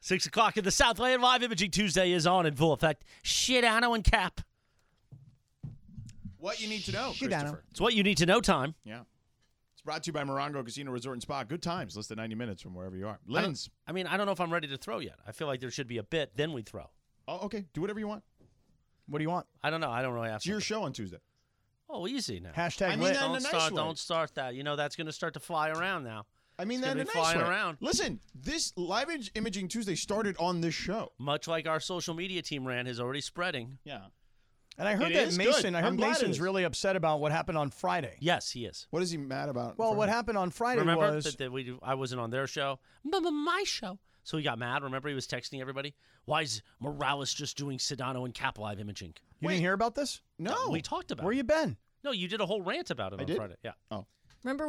Six o'clock in the Southland Live Imaging Tuesday is on in full effect. Shidano and Cap. What you need to know, Shit, Adam. Christopher. It's what you need to know. Time. Yeah. It's brought to you by Morongo Casino Resort and Spa. Good times. Less than 90 minutes from wherever you are. I don't- Lens. I mean, I don't know if I'm ready to throw yet. I feel like there should be a bit, then we throw. Oh, okay. Do whatever you want. What do you want? I don't know. I don't really have. It's your something. show on Tuesday. oh, easy now. Hashtag I mean, lit. that- in don't a nice start. way. Don't start that. You know that's going to start to fly around now. I mean, It's that gonna in a be nice flying way. around. Listen, this live Ig- imaging Tuesday started on this show. Much like our social media team ran is already spreading. Yeah. and I heard It that is Mason. good. I heard I'm glad it Mason's is. really upset about what happened on Friday. Yes, he is. What is he mad about? Well, what Friday? happened on Friday remember was that, that we I wasn't on their show, but my show. So he got mad. Remember, he was texting everybody. Why is Morales just doing Sedano and Cap live imaging? you Wait. didn't hear about this. No. we talked about. Where it. you been? No, you did a whole rant about it I on did? Friday. Yeah, oh. Remember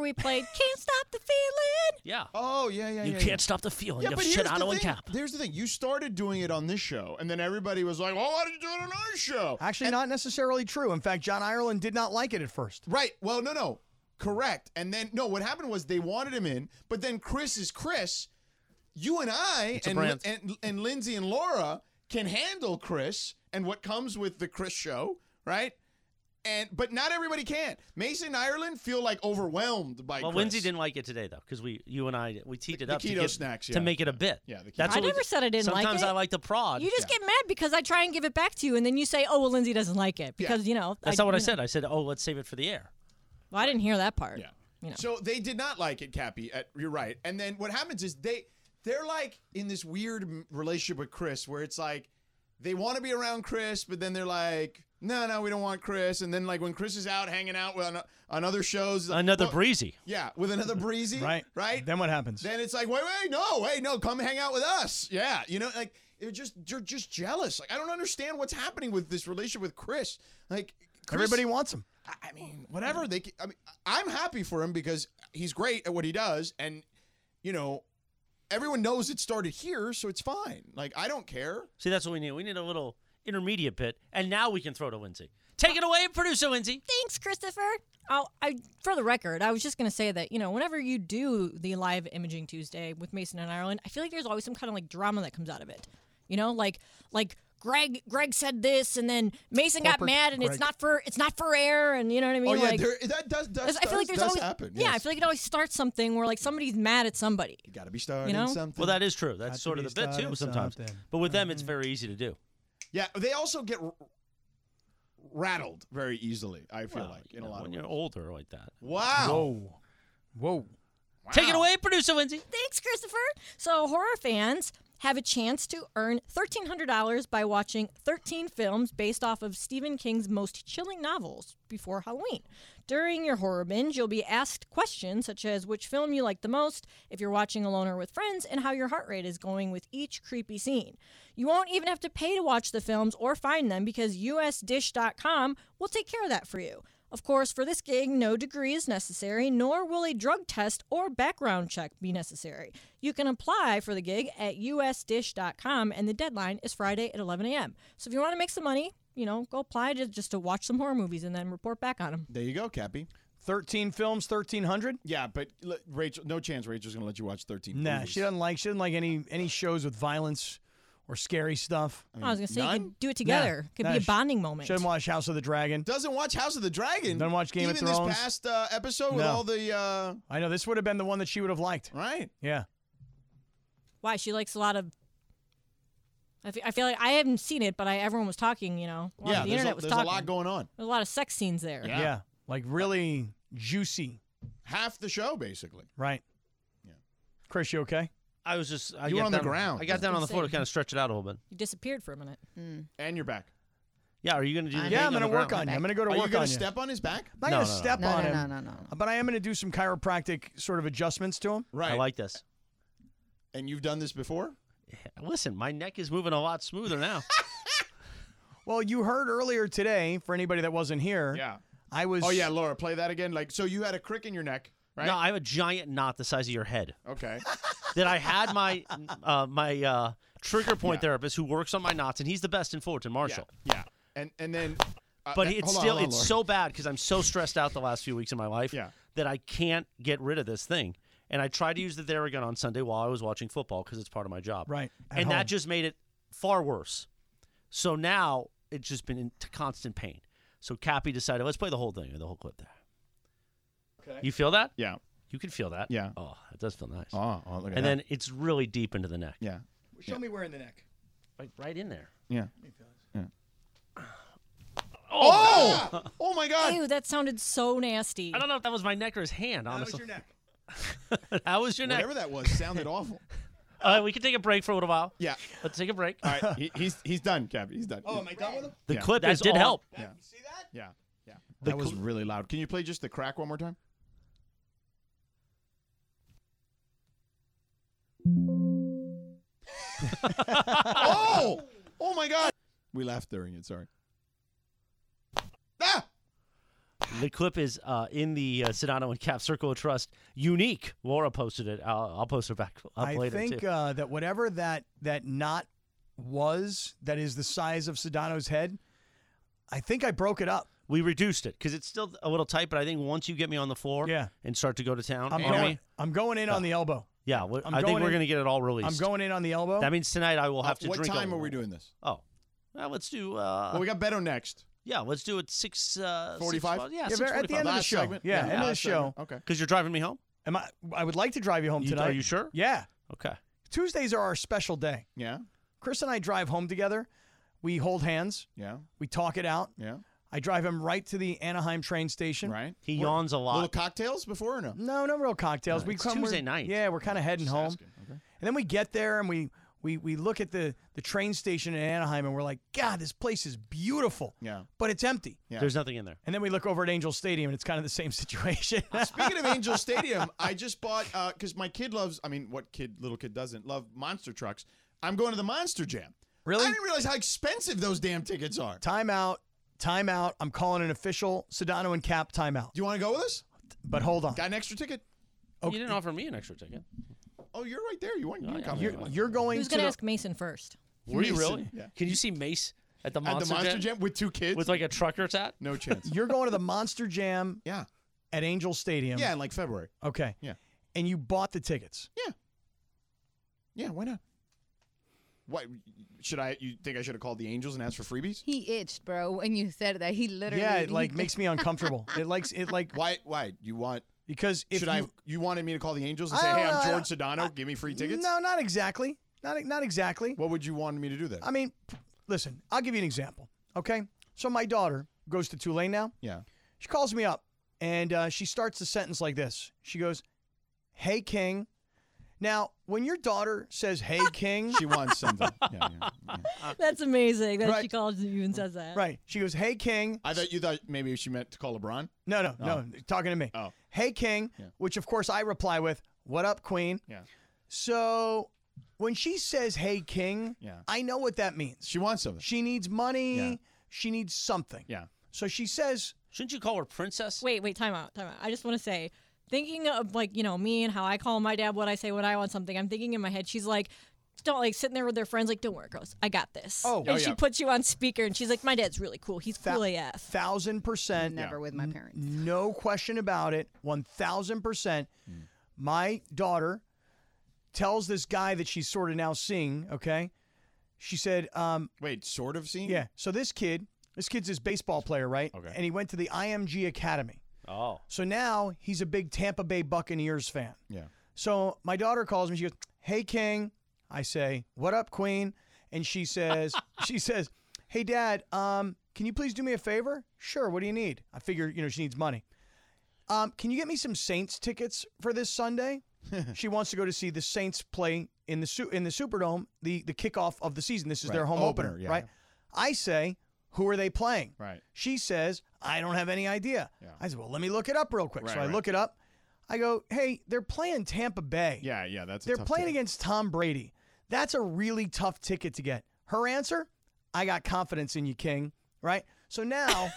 we played Can't Stop the Feeling? yeah. Oh, yeah, yeah, you yeah, can't yeah. stop the feeling Yeah, of but here's the Sedano thing. and Cap. Here's the thing. You started doing it on this show, and then everybody was like, "Well, why did you do it on our show?" Actually, not necessarily true. In fact, John Ireland did not like it at first. Right. Well, no, no. Correct. And then no, what happened was they wanted him in, but then Chris is Chris. You and I a and, brand. and and Lindsay and Laura can handle Chris and what comes with the Chris show, right? And but not everybody can. Mason and Ireland feel like overwhelmed by Well, Chris. Lindsay didn't like it today though, because we, you and I, we teed it the up to, keto get- snacks, to yeah. make it a bit. Yeah, the keto- That's I what we never do. said I didn't like Sometimes it. I like the prod. You just get mad because I try and give it back to you, and then you say, "Oh well, Lindsay doesn't like it because you know." That's not what I you know. said. I said, oh, let's save it for the air. Well, I didn't hear that part. Yeah. You know. So they did not like it, Cappy. At, you're right. And then what happens is they they're like in this weird m- relationship with Chris, where it's like they want to be around Chris, but then they're like, no, no, we don't want Chris. And then like when Chris is out hanging out with on, on other shows, like, Another well, breezy. yeah, with another breezy, Right. right. Then what happens? Then it's like, wait, wait, no, wait, no, come hang out with us. Yeah, you know, like they're just they're just jealous. Like I don't understand what's happening with this relationship with Chris. Like Chris, Everybody wants him. I- I mean, whatever they. ca- I mean, I'm happy for him because he's great at what he does, and you know, everyone knows it started here, so it's fine. Like I don't care. See, that's what we need. We need a little intermediate bit, and now we can throw to Lindsay. Take it away, producer Lindsay. Thanks, Christopher. Oh, I for the record, I was just gonna say that you know whenever you do the live imaging Tuesday with Mason and Ireland, I feel like there's always some kind of like drama that comes out of it. You know, like like Greg Greg said this, and then Mason got Corporate mad, and Greg. it's not for it's not for air, and you know what I mean? oh yeah, like, there, that does. does I feel does- like there's does always happen. yeah, I yes. feel like it always starts something where like somebody's mad at somebody. you gotta be starting know? something. Well, that is true. That's Got to sort of be the bit too starting sometimes. something. But with them, Mm-hmm. it's very easy to do. yeah, they also get r- rattled very easily. I feel like You in a know, lot when of you're ways. older like that. Wow. Whoa, whoa. Take it away, producer Lindsay. Thanks, Christopher. So, horror fans have a chance to earn $1,300 by watching 13 films based off of Stephen King's most chilling novels before Halloween. During your horror binge, you'll be asked questions such as which film you like the most, if you're watching alone or with friends, and how your heart rate is going with each creepy scene. You won't even have to pay to watch the films or find them because usdish.com will take care of that for you. Of course, for this gig, no degree is necessary, nor will a drug test or background check be necessary. You can apply for the gig at usdish.com, and the deadline is Friday at 11 a.m. So if you want to make some money, you know, go apply to, just to watch some horror movies and then report back on them. There you go, Cappy. Thirteen films, thirteen hundred. Yeah, but l- Rachel, no chance. Rachel's gonna let you watch 13. Nah, movies. she doesn't like. She doesn't like any any shows with violence or scary stuff. I, was going to say you none? could do it together. Could Nah, be a she- bonding moment. Shouldn't watch House of the Dragon. Doesn't watch House of the Dragon. Doesn't watch Game of Even Thrones. this past uh, episode with No. all the uh, I know this would have been the one that she would have liked. right. Yeah. Why? She likes a lot of. I fe- I feel like I haven't seen it, but I, everyone was talking, you know. A lot Yeah, of the there's, internet a, was there's talking. a lot going on. There's a lot of sex scenes there. Yeah. Yeah. Like really juicy. Half the show, basically. Right. Yeah. Chris, you okay? I was just. I You were got on the down- ground. I got down on the floor to Insane. kind of stretch it out a little bit. You disappeared for a minute. And you're back. Yeah, are you going to do the Yeah, I'm going to work on you. I'm going to go to Are work you gonna on step on his back? I'm not No, going to no, no. step No, on no, him. no, no, no, no. But I am going to do some chiropractic sort of adjustments to him. Right. I like this. and you've done this before? Listen, my neck is moving a lot smoother now. Well, you heard earlier today, for anybody that wasn't here, Yeah. I was. Oh yeah, Laura, play that again. Like, so you had a crick in your neck, right? No, I have a giant knot the size of your head. okay. that I had my uh, my uh, trigger point therapist who works on my knots, and he's the best in Fullerton Marshall. Yeah. And and then, uh, But and- it's hold on, still hold on, it's Laura. so bad because I'm so stressed out the last few weeks of my life Yeah. that I can't get rid of this thing. And I tried to use the Theragun on Sunday while I was watching football because it's part of my job. Right, at and home. that just made it far worse. So now it's just been in t- constant pain. So Cappy decided let's play the whole thing or the whole clip there. Okay. You feel that? Yeah. You can feel that. Yeah. Oh, it does feel nice. Oh, oh, look at and that. then it's really deep into the neck. yeah, Show me where in the neck. Like right in there. yeah. yeah. Oh! oh! my God! Ew, that sounded so nasty. I don't know if that was my neck or his hand, honestly. neck. How was your neck? Whatever that was sounded awful. Uh, we can take a break for a little while. Yeah. Let's take a break. All right. He, he's he's done, Cappy. He's done. I done with him? The Yeah. clip is That's did all. help. yeah. See that? Yeah. Yeah. That was really loud. Can you play just the crack one more time? oh! Oh my God! We laughed during it. Sorry. Ah! The clip is uh, in the uh, Sedano and Cap Circle of Trust. Unique. Laura posted it. I'll, I'll post it back up I later think too. uh, that whatever that that knot was, that is the size of Sedano's head. I think I broke it up. we reduced it because it's still a little tight, but I think once you get me on the floor Yeah. and start to go to town, I'm you know what I going. mean? I'm going in on the elbow. yeah, we- I'm I think going we're in- going to get it all released. I'm going Uh, in on the elbow. That means tonight I will have to what drink. a time are little. we doing this? Oh, well, let's do. Uh, well, we got Beto next. yeah, let's do it six uh, six 45? o'clock. Yeah, Yeah, very- at the end of the Last show. segment? Yeah, Yeah, end of the last show. segment. Okay. because you're driving me home. Am I? I would like to drive you home You- tonight. are you sure? Yeah. Okay. Tuesdays are our special day. Yeah. Chris and I drive home together. We hold hands. Yeah. We talk it out. Yeah. I drive him right to the Anaheim train station. Right. He yawns a lot. Little cocktails before or no? No, no real cocktails. we it's come we're- Tuesday night. Yeah, we're kind of heading home, asking, okay. and then we get there and we we we look at the the train station in Anaheim and we're like, God, this place is beautiful. Yeah. but it's empty. Yeah. There's nothing in there. And then we look over at Angel Stadium and it's kind of the same situation. Speaking of Angel Stadium, I just bought because my kid loves. I mean, what kid, little kid, doesn't love monster trucks? I'm going to the Monster Jam. Really? I didn't realize how expensive those damn tickets are. Do time out. Time out. I'm calling an official Sedano and Cap timeout. you want to go with us? But hold on. Got an extra ticket? Okay. You didn't offer me an extra ticket. Oh, you're right there. You want? You can come. You're, you're going Who's to gonna the- ask Mason first? Were you Mason, really? yeah. Can you see Mace at the at Monster, the Monster Jam Jam with two kids? with like a trucker's hat? no chance. you're going to the Monster Jam yeah. at Angel Stadium. Yeah, in like February. Okay. Yeah. And you bought the tickets. Yeah. Yeah. Why not? What should I? You think I should have called the Angels and asked for freebies? He itched, bro, when you said that. He literally. yeah, it he like just- makes me uncomfortable. it likes it like Why? Why? You want? because if should you, I? You wanted me to call the Angels and I say, "Hey, don't I'm know, I George Sedano. give me free tickets." No, not exactly. Not not exactly. What would you want me to do then? I mean, p- listen, I'll give you an example. Okay? So my daughter goes to Tulane now. yeah. She calls me up and uh, she starts the sentence like this. She goes, "Hey King." Now, when your daughter says "Hey King," Ah! She wants something. Yeah, yeah, yeah. That's amazing that Right. she called you and says that. right? She goes, "Hey King." I thought you thought maybe she meant to call LeBron. No, no, no. Talking to me. Oh. Hey King, which of course I reply with, "What up, Queen?" Yeah. So when she says "Hey King," Yeah. I know what that means. She wants something. She needs money. Yeah. She needs something. Yeah. So she says, Shouldn't you call her princess? Wait, wait, time out, time out. I just want to say, thinking of like you know me and how I call my dad what I say when I want something. I'm thinking in my head, she's like. Don't like sitting there with their friends, like, don't worry, girls, I got this. Oh. and Oh, she yeah. puts you on speaker, and she's like, my dad's really cool. He's cool AF. thousand percent. Never with my parents. No question about it. 1000%. Hmm. My daughter tells this guy that she's sort of now seeing, okay? She said, um, Wait, sort of scene. yeah, so this kid, this kid's this baseball player, right? Okay. And he went to the IMG Academy. Oh. So now he's a big Tampa Bay Buccaneers fan. Yeah. So my daughter calls me. She goes, "Hey, King." I say, "What up, Queen?" And she says, "She says, Hey, Dad. Um, can you please do me a favor? Sure. What do you need? I figure, you know, she needs money. Um, can you get me some Saints tickets for this Sunday? she wants to go to see the Saints play in the su- in the Superdome, the the kickoff of the season. This is their Right. home Opener, opener, yeah. right? I say, Who are they playing? Right. She says, I don't have any idea. I said, Well, let me look it up real quick. so Right, I right. look it up. I go, Hey, they're playing Tampa Bay. Yeah. Yeah. That's. a They're tough playing ticket. against Tom Brady. That's a really tough ticket to get. Her answer, I got confidence in you, King. Right? So now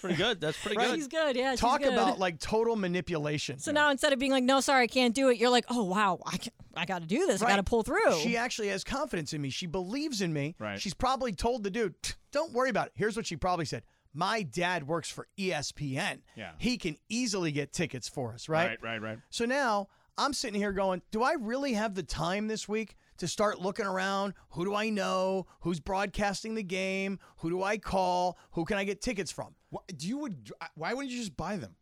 Pretty good. That's pretty good. She's good. Yeah. she's talk good. about like total manipulation. So now instead of being like, no, sorry, I can't do it, you're like, oh, wow, I, can- I got to do this. I got to Right. pull through. She actually has confidence in me. She believes in me. Right. She's probably told the dude, "Tch, don't worry about it. Here's what she probably said. My dad works for E ESPN. Yeah. He can easily get tickets for us, right? Right, right, right. So now I'm sitting here going, do I really have the time this week to start looking around? Who do I know? Who's broadcasting the game? Who do I call? Who can I get tickets from? Why, do you would why wouldn't you just buy them?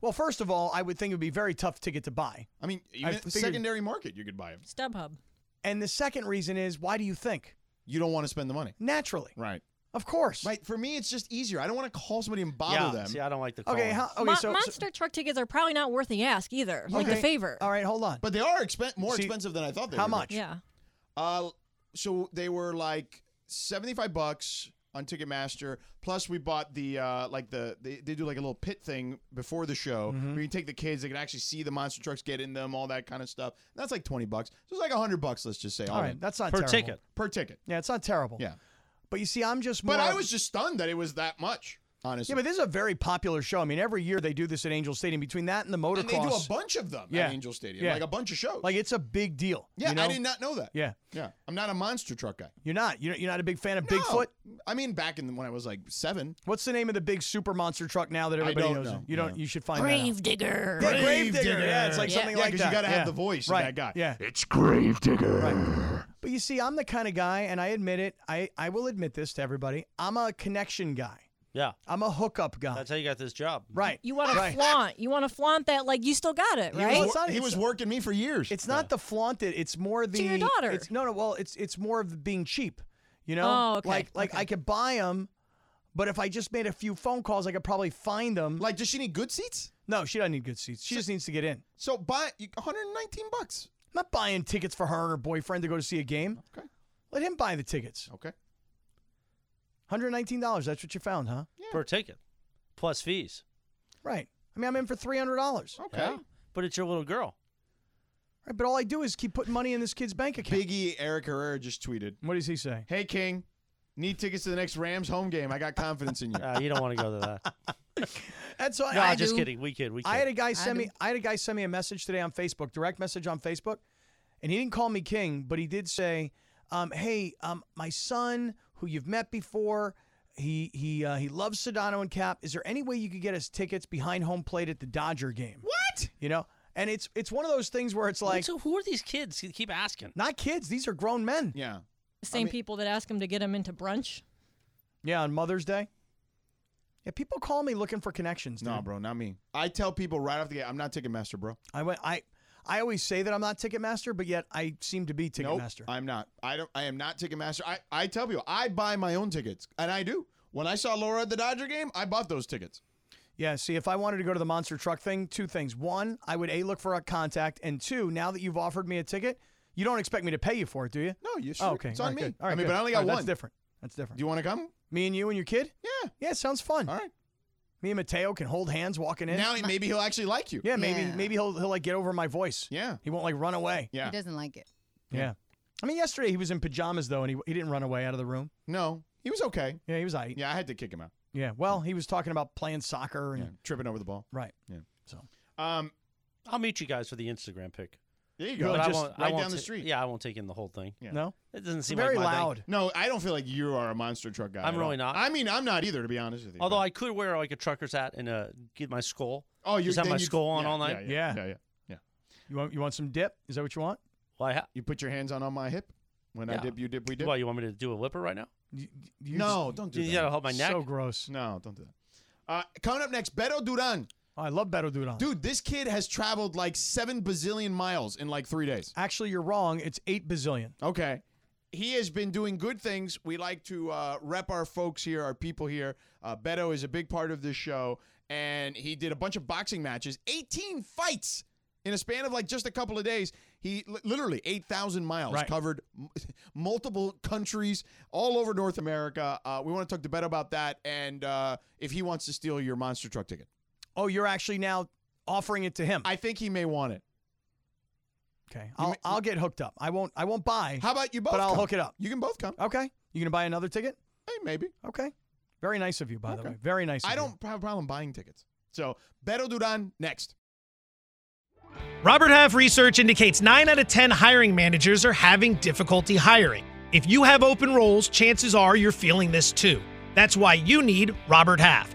Well, first of all, I would think it would be a very tough ticket to buy. I mean, even at the figured- secondary market, you could buy them. StubHub. And the second reason is, why do you think? You don't want to spend the money. Naturally. Right. Of course. Right. For me, it's just easier. I don't want to call somebody and bother yeah. them. See, I don't like the call. Okay, how, okay, Mon- so, so- monster truck tickets are probably not worth the ask either. Like the okay. favor. All right, hold on. but they are expen- more See, expensive than I thought they how were. much? Yeah. Uh, so they were like seventy-five bucks on Ticketmaster. Plus, we bought the uh, like the they, they do like a little pit thing before the show. Mm-hmm. Where you take the kids, they can actually see the monster trucks get in them, all that kind of stuff. That's like twenty bucks. So it's like hundred bucks. Let's just say all, All right, in, that's not per terrible. ticket. per ticket. Yeah, it's not terrible. Yeah, But you see, I'm just more. but I was just stunned that it was that much. Honestly, Yeah, but this is a very popular show. I mean, every year they do this at Angel Stadium. Between that and the motocross, and they do a bunch of them Yeah. at Angel Stadium, Yeah. like a bunch of shows. like it's a big deal. yeah, you know? I did not know that. Yeah, yeah. I'm not a monster truck guy. you're not. You're, you're not a big fan of No. Bigfoot. I mean, back in the, when I was like seven. What's the name of the big super monster truck now that everybody don't knows? know. You don't. Yeah. You should find Grave digger. that out. Yeah, Gravedigger. Yeah, it's like Yeah. something Yeah, like 'cause that. you got to Yeah. have the voice right. of that guy. Yeah. It's Gravedigger. But you see, I'm the kind of guy, and I admit it. I I will admit this to everybody. I'm a connection guy. Yeah. I'm a hookup guy. That's how you got this job. right. You want to flaunt. You want to flaunt that like you still got it, He right? was- It's not- he it's- was working me for years. It's not the flaunted. It's more the your daughter. It's, no, no. Well, it's it's more of being cheap. You know, Oh, okay, like like I could buy them, but if I just made a few phone calls, I could probably find them. like, does she need good seats? no, she doesn't need good seats. She just needs to get in. So buy you- 119 bucks. I'm not buying tickets for her and her boyfriend to go to see a game. Okay. Let him buy the tickets. Okay. $119. That's what you found, huh? Per ticket, plus fees. Right. I mean, I'm in for $300. Okay. Yeah. But it's your little girl. Right, but all I do is keep putting money in this kid's bank account. Biggie Eric Herrera just tweeted, What does he say? "Hey King, need tickets to the next Rams home game. I got confidence in you." Uh, you don't want to go to that. That's all No, I just do. kidding. We kid. We kid. I had a guy send me. I had a guy send me a message today on Facebook, direct message on Facebook, and he didn't call me king, but he did say, um, "Hey, um, my son, who you've met before, he he uh, he loves Sedano and Cap. Is there any way you could get us tickets behind home plate at the Dodger game? what? You know." And it's it's one of those things where it's like so who are these kids? You keep asking. not kids; these are grown men. Yeah. Same people that ask him to get him into brunch. Yeah, on Mother's Day. Yeah, people call me looking for connections. No, dude. bro, not me. I tell people right off the gate, I'm not Ticketmaster, bro. I went. I I always say that I'm not Ticketmaster, but yet I seem to be Nope, Ticketmaster. I'm not. I don't. I am not Ticketmaster. I I tell people, I buy my own tickets, and I do. When I saw Laura at the Dodger game, I bought those tickets. Yeah, see, if I wanted to go to the monster truck thing, two things. One, I would A, look for a contact. And two, now that you've offered me a ticket, you don't expect me to pay you for it, do you? No, you. Oh, Sure, okay. It's All on right, me. good. All right, I mean, good. but I only All got right, one. That's different. That's different. Do you want to come? me and you and your kid? Yeah. Yeah, sounds fun. All right. Me and Mateo can hold hands walking in. Now he- maybe he'll actually like you. yeah, maybe Yeah. maybe he'll he'll like get over my voice. Yeah. He won't like run away. Yeah. He doesn't like it. Yeah. I mean, yesterday he was in pajamas though, and he, he didn't run away out of the room. No, he was okay. Yeah, he was aight. Yeah. Yeah, I had to kick him out. Well, he was talking about playing soccer and Yeah, tripping over the ball. right. Um, I'll meet you guys for the Instagram pic. there you go. Really But just I right won't down the ta- street. Yeah, I won't take in the whole thing. Yeah. No, It doesn't it's seem very like my thing. loud. No, I don't feel like you are a monster truck guy. I'm at all. really not. I mean, I'm not either, to be honest with you. Although but- I could wear like a trucker's hat and uh, get my skull. oh, you just have then my you- skull on yeah, all night. Yeah, Yeah. yeah, yeah. You want you want some dip? Is that what you want? Why? ha- You put your hands on on my hip when I Yeah. dip, you dip, we dip. Why you want me to do a whipper right now? You, you no, don't do you that. gotta hold my neck. So gross. No, don't do that. Uh, coming up next, Beto Duran. Oh, I love Beto Duran. Dude, this kid has traveled like seven bazillion miles in like three days. Actually, you're wrong. It's eight bazillion. Okay. He has been doing good things. We like to uh, rep our folks here, our people here. Uh, Beto is a big part of this show, and he did a bunch of boxing matches, 18 fights in a span of like just a couple of days. He li- literally 8,000 miles Right. covered m- multiple countries all over North America. Uh, we want to talk to Beto about that and uh, if he wants to steal your monster truck ticket. Oh, you're actually now offering it to him. I think he may want it. Okay, I'll, I'll get hooked up. I won't I won't buy. How about you both? But I'll come? hook it up. You can both come. Okay, you gonna buy another ticket? Hey, maybe. Okay, very nice of you, by the way. Very nice. Of I you. don't have a problem buying tickets. So, Beto Duran next. Robert Half research indicates 9 out of 10 hiring managers are having difficulty hiring. If you have open roles, chances are you're feeling this too. That's why you need Robert Half.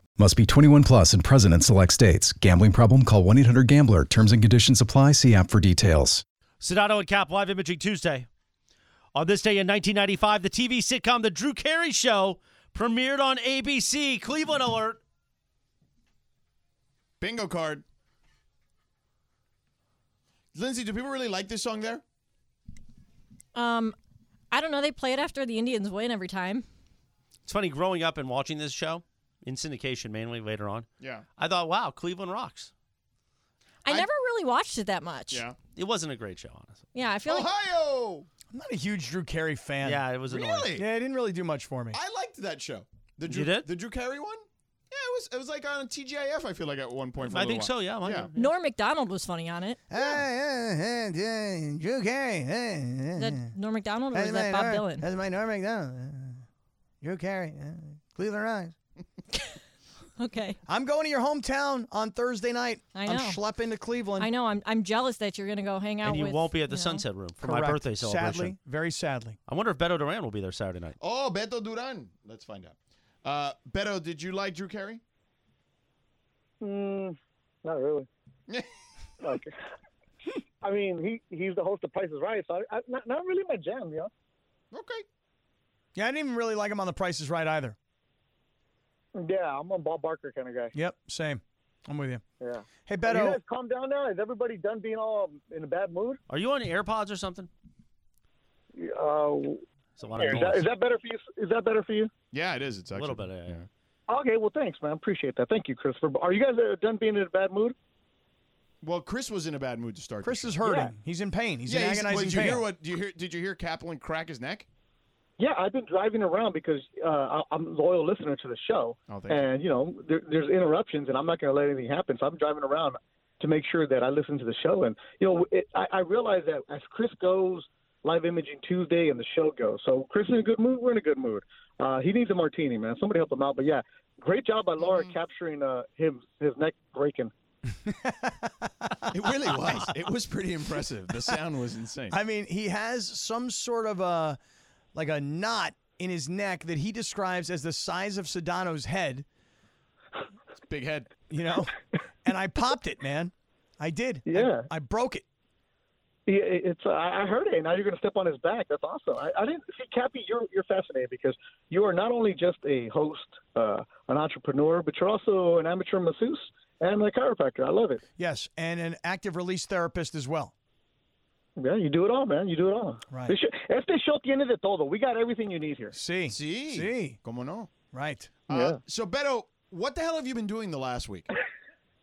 Must be 21 plus and present in select states. Gambling problem? Call 1 800 GAMBLER. Terms and conditions apply. See app for details. Sedano and Cap live imaging Tuesday. On this day in 1995, the TV sitcom The Drew Carey Show premiered on ABC. Cleveland alert. Bingo card. Lindsay, do people really like this song there? Um, I don't know. They play it after the Indians win every time. It's funny growing up and watching this show in syndication mainly later on. Yeah. I thought, wow, Cleveland rocks. I, I- never really watched it that much. Yeah. Oh, It wasn't a great show, honestly. Yeah, I feel like Ohio. I'm not a huge Drew Carey fan. Yeah, it was annoying. Really? Yeah, it didn't really do much for me. Ah, I liked that show. The You Drew, did? The Drew Carey one? Yeah, it was it was like on TGIF, I feel like at one point for a I think little so. while. Yeah, mine- Yeah. Norm Macdonald was funny on it. Hey, hey, hey, Drew Carey. hey, hey, That hey. Norm Macdonald or That's was that my Bob Norm- Dylan? That's my Norm McDonald. Drew Carey. uh, Cleveland Rise. Okay, I'm going to your hometown on Thursday night. I I'm know. schlepping to Cleveland. I know. I'm I'm jealous that you're gonna go hang out. And you with, won't be at the you know. Sunset Room for my Correct. birthday celebration. Sadly, very sadly. I wonder if Beto Duran will be there Saturday night. Oh, Beto Duran. Let's find out. Uh, Beto, did you like Drew Carey? Mm, not really. like, I mean, he he's the host of Price is Right, so I, I, not not really my jam, you know. Okay. Yeah, I didn't even really like him on The Price is Right either. Yeah, I'm a Bob Barker kind of guy. Yep, same. I'm with you. Yeah. Hey, Have You Beto. guys calm down now. Is everybody done being all in a bad mood? Are you on AirPods or something? Uh, It's a lot of is, that, noise. is that better for you? Is that better for you? Yeah, it is. It's a actually little bit. yeah, yeah. Okay, well, thanks, man. Appreciate that. Thank you, Christopher. Are you guys uh, done being in a bad mood? Well, Chris was in a bad mood to start. Chris the is show. hurting. Yeah. He's in pain. He's yeah, in he's- agonizing well, did you pain. hear what? Did you hear? Did you hear Kaplan crack his neck? Yeah, I've been driving around because uh, I- I'm a loyal listener to the show, Oh, thank you. and you know there, there's interruptions, and I'm not going to let anything happen. So I'm driving around to make sure that I listen to the show, and you know it, I, I realize that as Chris goes live imaging Tuesday and the show goes, so Chris is in a good mood. We're in a good mood. Uh, he needs a martini, man. Somebody help him out. But yeah, great job by Laura capturing uh, him his neck breaking. It really was. It was pretty impressive. The sound was insane. I mean, he has some sort of a like a knot in his neck that he describes as the size of Sedano's head, Big head. you know? and I popped it, man. I did. I- Yeah. I, broke it. Yeah, it- it's uh, I I heard it. and Now you're going to step on his back. That's awesome. I, I didn't see Cappy. You're you're fascinating because you are not only just a host, uh, an entrepreneur, but you're also an amateur masseuse and a chiropractor. I love it. Yes. And an active release therapist as well. Yeah, you do it all, man. You do it all. Right. They should, este show tiene de todo. We got everything you need here. See. See, See. como no. Right. Uh, so Beto, what the hell have you been doing the last week?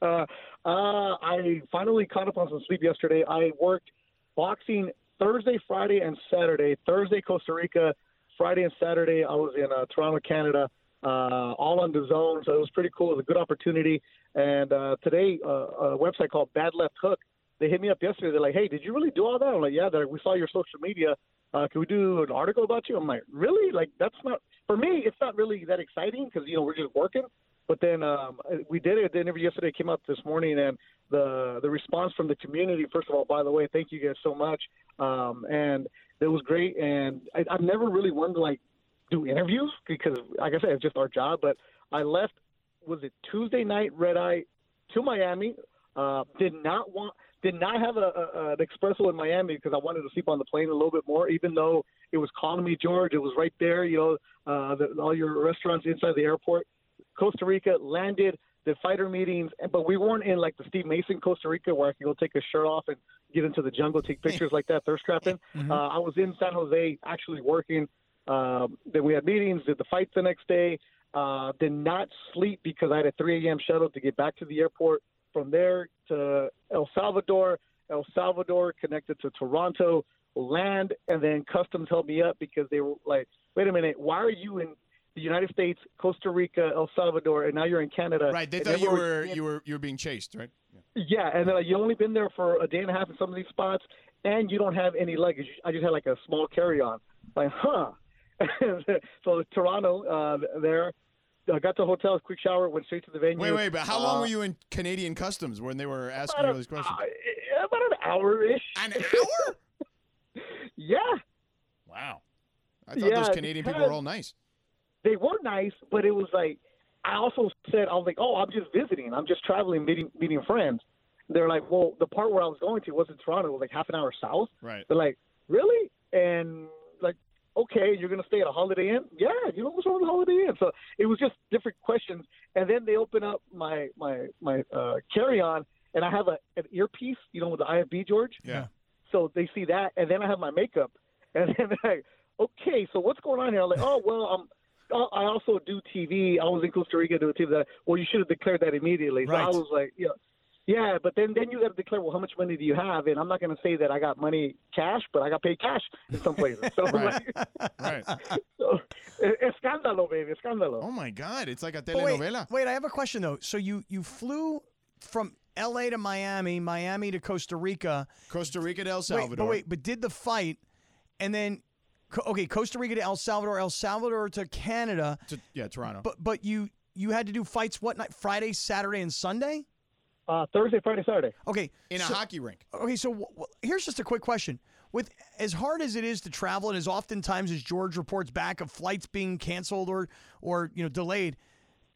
Uh, uh, I finally caught up on some sleep yesterday. I worked boxing Thursday, Friday, and Saturday. Thursday, Costa Rica. Friday and Saturday, I was in uh, Toronto, Canada, uh, all on the zone. So it was pretty cool. It was a good opportunity. And uh, today, uh, a website called Bad Left Hook, they hit me up yesterday. They're like, hey, did you really do all that? I'm like, yeah, they're like, we saw your social media. Uh, can we do an article about you? I'm like, really? Like, that's not, for me, it's not really that exciting because, you know, we're just working. But then um, we did it. The interview yesterday came out this morning, and the the response from the community. First of all, by the way, thank you guys so much. Um, and it was great. And I, I've never really wanted to like do interviews because, like I said, it's just our job. But I left. Was it Tuesday night? Red eye to Miami. Uh, did not want. Did not have a, a, an espresso in Miami because I wanted to sleep on the plane a little bit more, even though it was calling me George. It was right there, you know, uh, the, all your restaurants inside the airport. Costa Rica landed the fighter meetings, and- but we weren't in like the Steve Mason Costa Rica where I can go take a shirt off and get into the jungle, take pictures like that, thirst trapping. Mhm. Mm-hmm. Uh, I was in San Jose actually working. Um, then we had meetings, did the fight the next day. Uh, did not sleep because I had a 3 a.m. shuttle to get back to the airport. From there to El Salvador, El Salvador connected to Toronto, land, and then customs held me up because they were like, "Wait a minute, why are you in the United States, Costa Rica, El Salvador, and now you're in Canada?" Right. They And thought you everyone- were you were you were being chased, right? yeah, and then like, you only been there for a day and a half in some of these spots, and you don't have any luggage. I just had like a small carry-on. Like, huh? so Toronto, uh, there, I got to the hotel, quick shower, went straight to the venue. Wait, wait, but how long Uh, were you in Canadian customs when they were asking you about an all these questions? hour- about an hour ish. An hour? yeah. Wow. I thought Yeah, those Canadian people were because- all nice. They were nice, but it was like I also said I was like, oh, I'm just visiting. I'm just traveling, meeting meeting friends. They're like, well, the part where I was going to wasn't Toronto. It was like half an hour south. Right. They're like, really? And like, okay, you're gonna stay at a Holiday Inn? Yeah, you know what's wrong with Holiday Inn? So it was just different questions. And then they open up my my my uh, carry on, and I have a an earpiece, you know, with the IFB George. Yeah. So they see that, and then I have my makeup, and then they're like, okay, so what's going on here? I'm like, oh well, I'm. oh, I also do TV. I was in Costa Rica doing TV. That well, you should have declared that immediately. So I Right. was like, yeah, yeah. But then then you got to declare. Well, how much money do you have? And I'm not going to say that I got money cash, but I got paid cash in some places. So like, Right. so, eh, escándalo, baby, escándalo. Oh my God, it's like a But wait, telenovela. wait, I have a question though. So you you flew from L.A. to Miami, Miami to Costa Rica, Costa Rica to El Wait, Salvador. but wait, but did the fight, and then co- okay, Costa Rica to El Salvador, El Salvador to Canada. yeah, Toronto. But but you you had to do fights what night? Friday, Saturday, and Sunday. Uh, Thursday, Friday, Saturday. Okay, In a so- hockey rink. Okay, so w- w- here's just a quick question. With as hard as it is to travel, and as oftentimes as George reports back of flights being canceled or or you know delayed,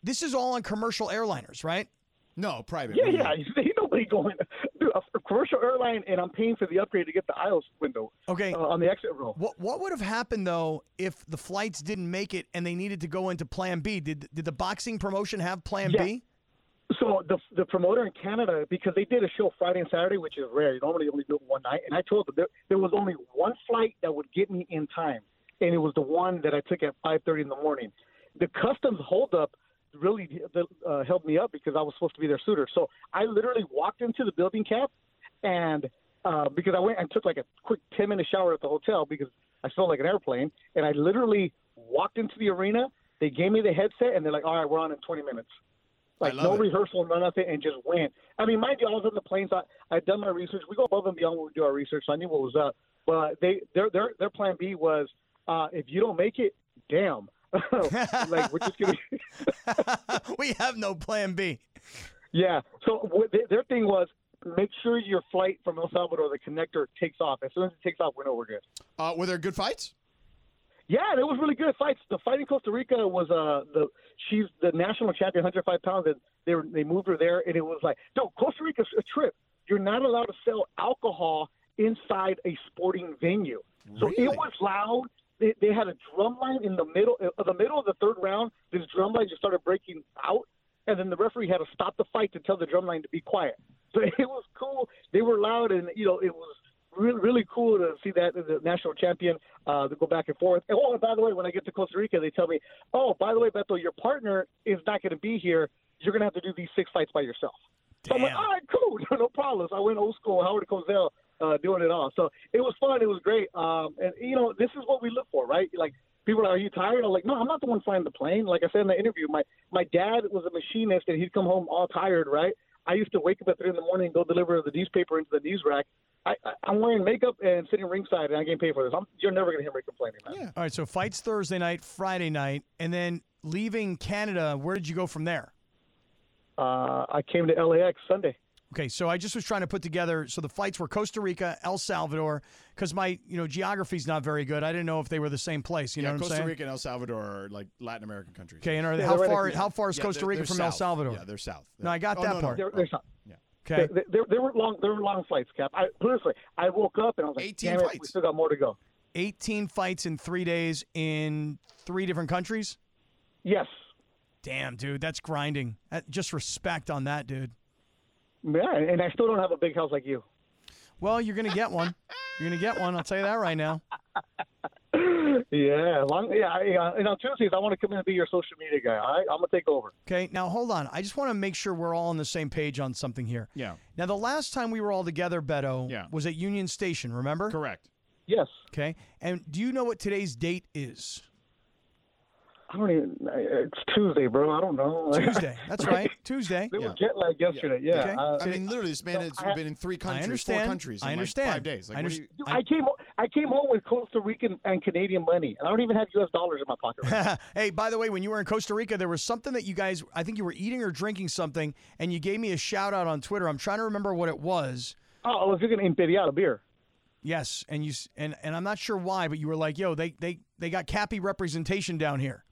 this is all on commercial airliners, right? No, private. Yeah, yeah. Ain't nobody going. Dude, a, a commercial airline, and I'm paying for the upgrade to get the aisles window. Okay. Uh, on the exit row. What what would have happened though if the flights didn't make it and they needed to go into Plan B? Did did the boxing promotion have Plan B? So the the promoter in Canada, because they did a show Friday and Saturday, which is rare. You normally only do it one night. And I told them there, there was only one flight that would get me in time, and it was the one that I took at 5:30 in the morning. The customs holdup really uh, held me up because I was supposed to be their suitor. So I literally walked into the building cap, and uh, because I went and took like a quick 10 minute shower at the hotel because I felt like an airplane, and I literally walked into the arena. They gave me the headset, and they're like, "All right, we're on in 20 minutes." Like love no it. rehearsal, no nothing, and just went. I mean, mind you, I was on the planes. I I had done my research. We go above and beyond when we do our research. So I knew what was up. But they their their their plan B was uh, if you don't make it, damn. like we're just gonna we have no plan B. Yeah. So what th- their thing was make sure your flight from El Salvador, the connector, takes off. As soon as it takes off, we know we're good. Uh, were there good fights? Yeah, there was really good fights. The fight in Costa Rica was uh the she's the national champion, 105 pounds, and they were, they moved her there, and it was like, no, Costa Rica's a trip. You're not allowed to sell alcohol inside a sporting venue. So Really? it was loud. They, they had a drum line in the middle uh, of the middle of the third round. This drum line just started breaking out, and then the referee had to stop the fight to tell the drum line to be quiet. So it was cool. They were loud, and you know it was really really cool to see that as a national champion uh, to go back and forth. And, oh, and by the way, when I get to Costa Rica, they tell me, oh, by the way, Beto, your partner is not going to be here. You're going to have to do these six fights by yourself. So I'm like, all right, cool, no problems. I went old school, Howard Cosell, uh, doing it all. So it was fun. It was great. Um, and you know, this is what we look for, right? Like people are, are you tired? I'm like, no, I'm not the one flying the plane. Like I said in the interview, my my dad was a machinist, and he'd come home all tired, right? I used to wake up at three in the morning and go deliver the newspaper into the news rack. I, I, I'm wearing makeup and sitting ringside, and I get paid for this. I'm, you're never gonna hear me complaining, man. All right, so fights Thursday night, Friday night, and then leaving Canada. Where did you go from there? Uh, I came to LAX Sunday. Okay, so I just was trying to put together. So the fights were Costa Rica, El Salvador, because my you know geography's not very good. I didn't know if they were the same place. You yeah, know what Costa I'm saying? Rica and El Salvador are like Latin American countries. Okay, and are they- Yeah, how they're right far- next to each how other. far is Yeah, Costa they're- Rica they're from El south. Salvador? Yeah, they're south. No, I got Oh, that no, no. part. They're- they're Oh, south. Yeah. Okay. They, they, they were long. They were long flights, Cap. I, put it this way: I woke up and I was like, 18 "Damn it, we flights. still got more to go." 18 fights in three days in three different countries? Yes. Damn, dude, that's grinding. That- Just respect on that, dude. Yeah, and I still don't have a big house like you. Well, you're going to get one. You're going to get one. I'll tell you that right now. Yeah, long, yeah. I, uh, and on Tuesdays, I want to come in and be your social media guy. All right, I'm gonna take over. Okay, now hold on. I just want to make sure we're all on the same page on something here. Yeah. Now, the last time we were all together, Beto, was at Union Station, remember? Correct. Yes. Okay. And do you know what today's date is? I don't even. Uh, It's Tuesday, bro. I don't know. Tuesday. That's right. Tuesday. They were jet lagged yesterday. Yeah. Okay. Uh, I mean, literally, this man has I- been in three I countries, four understand. countries. In I like understand. five days. Like, I what do understand. Dude, I came. ho- I came home with Costa Rican and Canadian money, and I don't even have U.S. dollars in my pocket. right now. hey, by the way, when you were in Costa Rica, there was something that you guys, I think you were eating or drinking something, and you gave me a shout out on Twitter. I'm trying to remember what it was. oh, I was drinking Imperial beer. Yes, and you s- and and I'm not sure why, but you were like, "Yo, they they they got Cappy representation down here."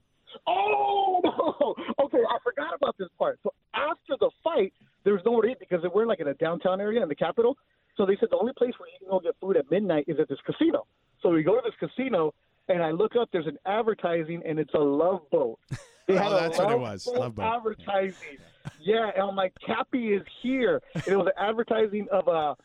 Oh, no. okay. I forgot about this part. So after the fight, there was nowhere to eat because we're like in a downtown area in the capital. So they said the only place where you can go get food at midnight is at this casino. So we go to this casino, and I look up. There's an advertising, and it's a love boat. They had Oh, a that's what it was, Love Boat. Advertising. Yeah, and I'm like, Cappy is here. And it was an advertising of a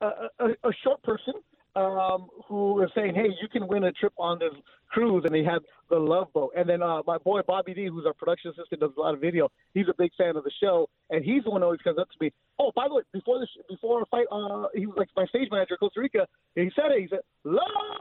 a, a, a short person um, who was saying, "Hey, you can win a trip on this cruise," and they had the Love Boat. And then uh, my boy Bobby D, who's our production assistant, does a lot of video. He's a big fan of the show, and he's the one who always comes up to me. Oh, by the way, before the sh- before a fight, uh, he was like my stage manager in Costa Rica. And he said it. He said, "Love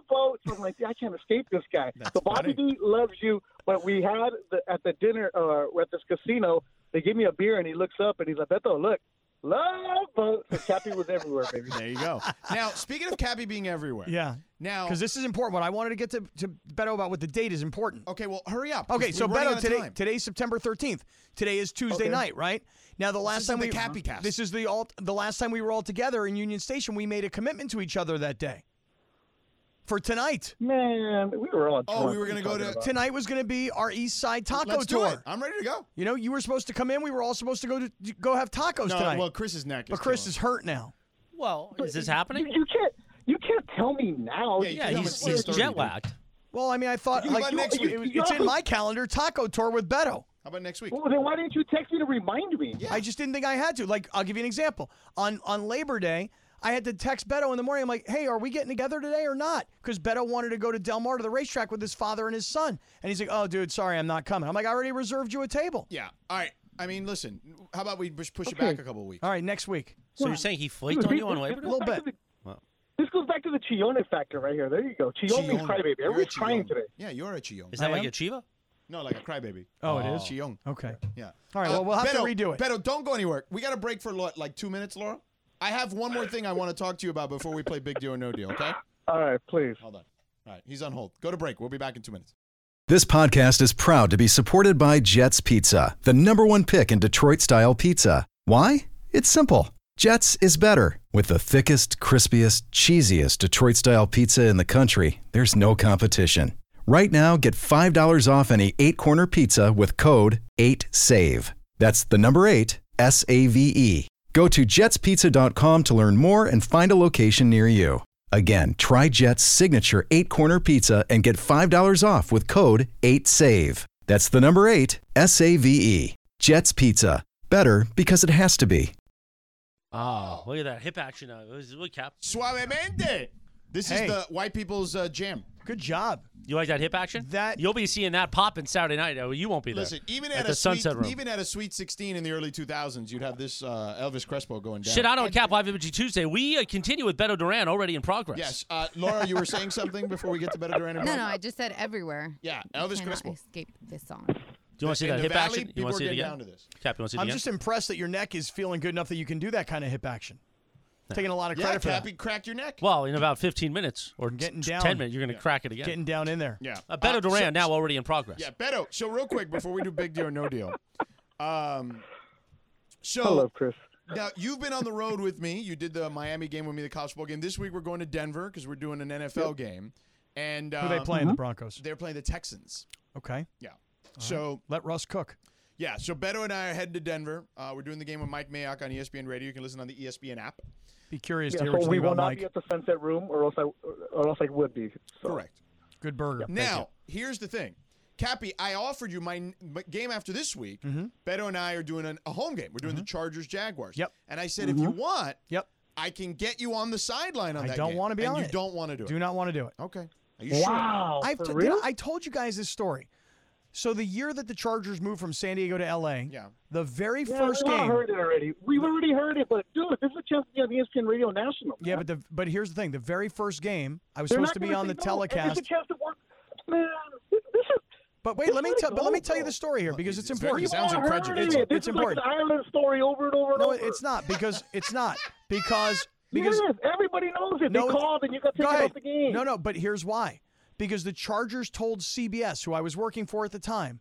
Boat." So I'm like, "Yeah, I can't escape this guy." so Bobby D loves you, but we had the, at the dinner uh, at this casino. They give me a beer, and he looks up, and he's like, "Beto, look." Love boat. So Cappy was everywhere, baby. There you go. Now, speaking of Cappy being everywhere. Yeah. Now, Because this is important. What I wanted to get to, to Beto about what the date is important. Okay, well, hurry up. 'cause Okay, we're so running out Beto, of today time. today's September thirteenth. Today is Tuesday Okay. night, right? Now the last is time the we Cappy Cast. this is the all the last time we were all together in Union Station, we made a commitment to each other that day. For tonight, man, we were all. Oh, we drunk. were What gonna are you go to- talking about? tonight was going to be our East Side Taco Let's do Tour. it. I'm ready to go. You know, you were supposed to come in. We were all supposed to go to go have tacos No, tonight. well, Chris's neck is but Chris killing is hurt now. Well, is this happening? You, you can't. You can't tell me now. Yeah, he's, he's jet lagged. Well, I mean, I thought You can like go next you- week. it- it's in my calendar Taco Tour with Beto. How about next week? Well, then why didn't you text me to remind me? I just didn't think I had to. Like, I'll give you an example. On on Labor Day, I had to text Beto in the morning. I'm like, hey, are we getting together today or not? Because Beto wanted to go to Del Mar to the racetrack with his father and his son. And he's like, oh, dude, sorry, I'm not coming. I'm like, I already reserved you a table. Yeah. All right. I mean, listen. How about we just push it back a couple of weeks? All right, next week. So you're saying he flaked on you on Labor Day? A little bit. This goes back to the Chione factor right here. There you go. Chione means Chione. crybaby. You're a Everyone's crying Chione. today. Yeah, you're a Chiong. Is that I like am? a Chiva? No, like a crybaby. Oh, it is? Chiong. Okay. Yeah. Uh, All right, well, we'll have to redo it. Beto, don't go anywhere. We got a break for lo- like two minutes, Laura. I have one more thing I want to talk to you about before we play Big Deal or No Deal. Okay. All right, please. Hold on. All right. He's on hold. Go to break. We'll be back in two minutes. This podcast is proud to be supported by Jets Pizza, the number one pick in Detroit style pizza. Why? It's simple. Jets is better. With the thickest, crispiest, cheesiest Detroit style pizza in the country, there's no competition. Right now, get $5 off any eight corner pizza with code 8SAVE. That's the number eight, S A V E. Go to jetspizza.com to learn more and find a location near you. Again, try Jet's signature eight corner pizza and get $5 off with code 8SAVE. That's the number eight, S A V E. Jet's Pizza. Better because it has to be. Oh, look at that hip action. Uh, it was- look, Cap. Suavemente. This Hey. is the white people's uh, jam. Good job. You like that hip action? That- You'll be seeing that popping Saturday night. Uh, You won't be there. Listen, even at, at, the a sweet, Sunset Room. even at a sweet 16 in the early 2000s, you'd have this uh, Elvis Crespo going down. Shit, I don't cap live imagery Tuesday. We uh, continue with Beto Duran already in progress. Yes, uh, Laura, you were saying something before we get to Better Duran. and No, Bob? no, I just said everywhere. Yeah, Elvis Cannot Crespo. escape this song. Do you want to see In that the hip Valley, action? You people want to are see it getting again? down to this. Cap, you want to see it I'm again? just impressed that your neck is feeling good enough that you can do that kind of hip action. Taking a lot of Yeah, credit for Cappy that. cracked your neck. well, in about 15 minutes or Getting t- down. 10 minutes, you're going to crack it again. Getting down in there. Yeah. uh, Beto Uh, Duran so- now already in progress. Yeah, Beto. So real quick before we do big deal or no deal. Um, so I love Chris. now you've been on the road with me. You did the Miami game with me, the college football game. This week we're going to Denver because we're doing an NFL game, and Who um, are they playing? The Broncos. They're playing the Texans. Uh-huh. Okay. Yeah. So Let Russ cook. Yeah, so Beto and I are headed to Denver. Uh, we're doing the game with Mike Mayock on E ESPN Radio. You can listen on the E ESPN app. Be curious Yeah, to hear what so you we think will about not Mike. be at the Sunset Room, or else I, or else I would be. So. Correct. Good burger. Now, here's the thing. Cappy, I offered you my, n- my game after this week. Mm-hmm. Beto and I are doing an, a home game. We're doing the Chargers Jaguars. Yep. And I said, if you want, yep, I can get you on the sideline on Mm-hmm. I that. don't want to be and on you it. don't want to do it. Do not want to do it. Okay. Are you Oh, sure? I've t- did I- I told you guys this story. So the year that the Chargers moved from San Diego to LA, yeah. the very Yeah, first we all game. heard it already. We've already heard it, but dude, this is a chance to be on E ESPN Radio National. Yeah, but the but here's the thing: the very first game, I was They're supposed not to be gonna on the say no, and telecast. It's a chance to work. Man, this is. But wait, this let me is tell. But let me gold, tell you though. the story here because it's it's very- important. it sounds You all heard incredulous. It's, it. This it's is like important. the Ireland story over and over and no, over. it's not because it's not because because Yes, everybody knows it. No, they it's- called and you got Go taken ahead. off the game. No, no, but here's why. Because the Chargers told CBS, who I was working for at the time,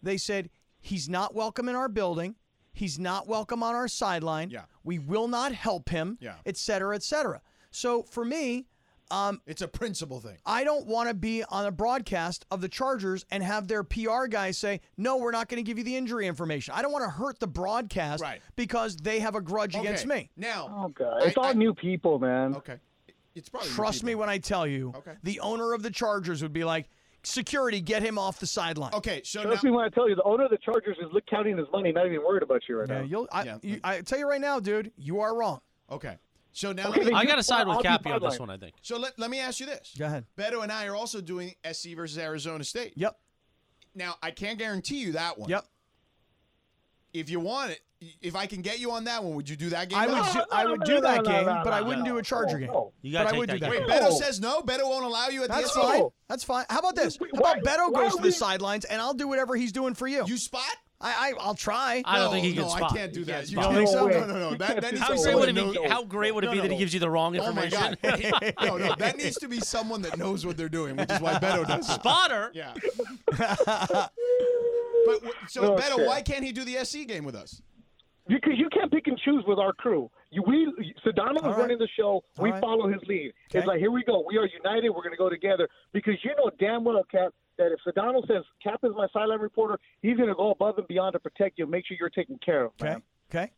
they said, he's not welcome in our building. He's not welcome on our sideline. Yeah. We will not help him, Yeah. et cetera, et cetera. So for me, um, it's a principle thing. I don't want to be on a broadcast of the Chargers and have their PR guy say, no, we're not going to give you the injury information. I don't want to hurt the broadcast because they have a grudge against Okay, me. Now, Oh, God, it's all new people, man. Okay. it's probably new Trust people. me when I tell you, Okay. the owner of the Chargers would be like, "Security, get him off the sideline." Okay, so Trust me when I tell you, the owner of the Chargers is look counting his money, not even worried about you right yeah, now. you'll. I, you- I tell you right now, dude, you are wrong. Okay, so now Okay, then I you- got to side with I'll be Cappy on this sidelined. one, I think. So let, let me ask you this. Go ahead. Beto and I are also doing SC versus Arizona State. Yep. Now, I can't guarantee you that one. Yep. If you want it, if I can get you on that one, would you do that game? I would. Do, I would do that game, but I wouldn't do a Charger game. You gotta but I take would that do that. Wait, game. Beto says no. Beto won't allow you at That's the SC. fine. That's fine. How about this? How about Beto why goes are to we- the sidelines and I'll do whatever he's doing for you? You spot? I, I I'll try. I don't think he can no, spot. I can't do He that. can't You spot. don't No think so? way. No, no, no. That, that needs How to be great, would it someone be, who knows- how great would it No, be no, that he no. gives you the wrong Oh my information? god! no, no, that needs to be someone that knows what they're doing, which is why Beto does it. Spotter. Yeah. but w- so No Beto, shit. why can't he do the SC game with us? Because you can't pick and choose with our crew. You, we Sedano is All right. running the show. we right. follow his lead. Okay. It's like here we go. We are united. We're going to go together. Because you know damn well, Cap, that if Sedano says Cap is my sideline reporter, he's going to go above and beyond to protect you and make sure you're taken care of. Okay. Man. Okay.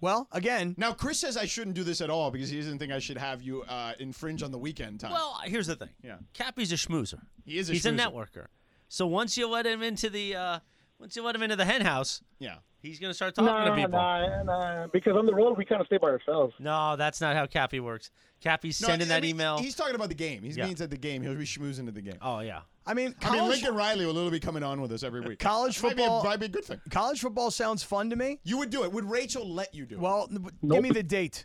Well, again, Now Chris says I shouldn't do this at all because he doesn't think I should have you uh, infringe on the weekend time. Well, here's the thing. Yeah. Cappy's a schmoozer. He is a He's schmoozer. a networker. So once you let him into the uh, once you let him into the hen house, yeah. he's gonna start talking Nah, to people. nah, nah. Because on the road, we kind of stay by ourselves. No, that's not how Cappy works. Cappy's No, sending I that mean, email. He's talking about the game. He Yeah. means at the game. He'll be schmoozing to the game. Oh yeah. I mean, I mean, Uh, college Lincoln Riley will literally be coming on with us every week. College Might be a- football- might be a good thing. college football sounds fun to me. You would do it. Would Rachel let you do it? Well, n- give me the date.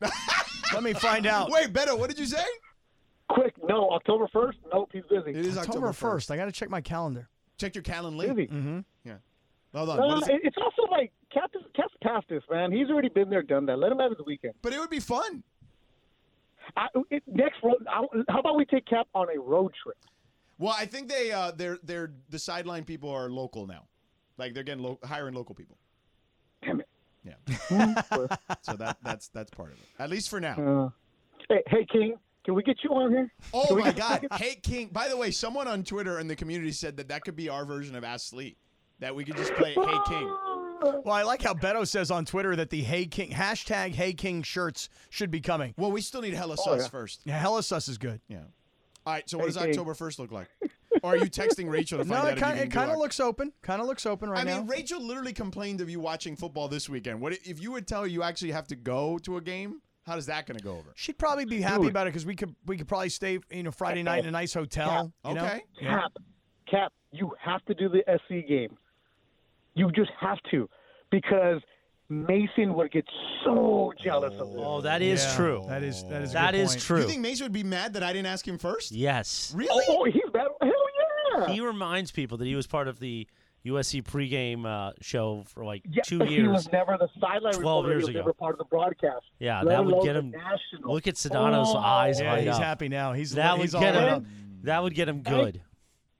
Let me find out. Wait, Beto, what did you say? Quick, no. October 1st? Nope, he's busy. It is October October 1st. I got to check my calendar. Check your calendar. busy. Mm-hmm. Yeah. Hold on. Well, What is it? it- it's also like Cap is, Cap's past this, man. He's already been there, done that. Let him have his weekend. But it would be fun. I, it, next road, I, how about we take Cap on a road trip? Well, I think they uh, they're they're the sideline people are local now, like they're getting lo- hiring local people. Damn it. Yeah. so that that's that's part of it. At least for now. Uh, hey, hey, King, can we get you on here? Oh my God! Hey King. By the way, someone on Twitter in the community said that that could be our version of Ask Lee. That we could just play Hey King. Well, I like how Beto says on Twitter that the Hey King hashtag Hey King shirts should be coming. Well, we still need Hella Sus Oh, yeah. first. Yeah, Hella Sus is good. Yeah. All right. So what Hey, does King. October first look like? Or are you texting Rachel to find No, out? it if you kind can it do kind of Oc- looks open. Kind of looks open right I now. mean, Rachel literally complained of you watching football this weekend. What if you would tell her you actually have to go to a game? How does that going to go over? She'd probably be happy about it because we could we could probably stay you know Friday night in a nice hotel. you know? Okay. Yeah. Cap, Cap, you have to do the SC game. You just have to, because Mason would get so jealous of this. Oh, that is Yeah, true. That is that is a That good is point. true. You think Mason would be mad that I didn't ask him first? yes. Really? Oh, oh, he's bad. Hell yeah! He reminds people that he was part of the USC pregame uh, show for like Yeah, two but He years. was never the sideline 12 reporter. years he was ago. never part of the broadcast. Yeah, let that would alone get the him. National. Look at Sedano's Oh. eyes Yeah, light he's up. happy now. He's That he's would all get lit him. up. That would get him good.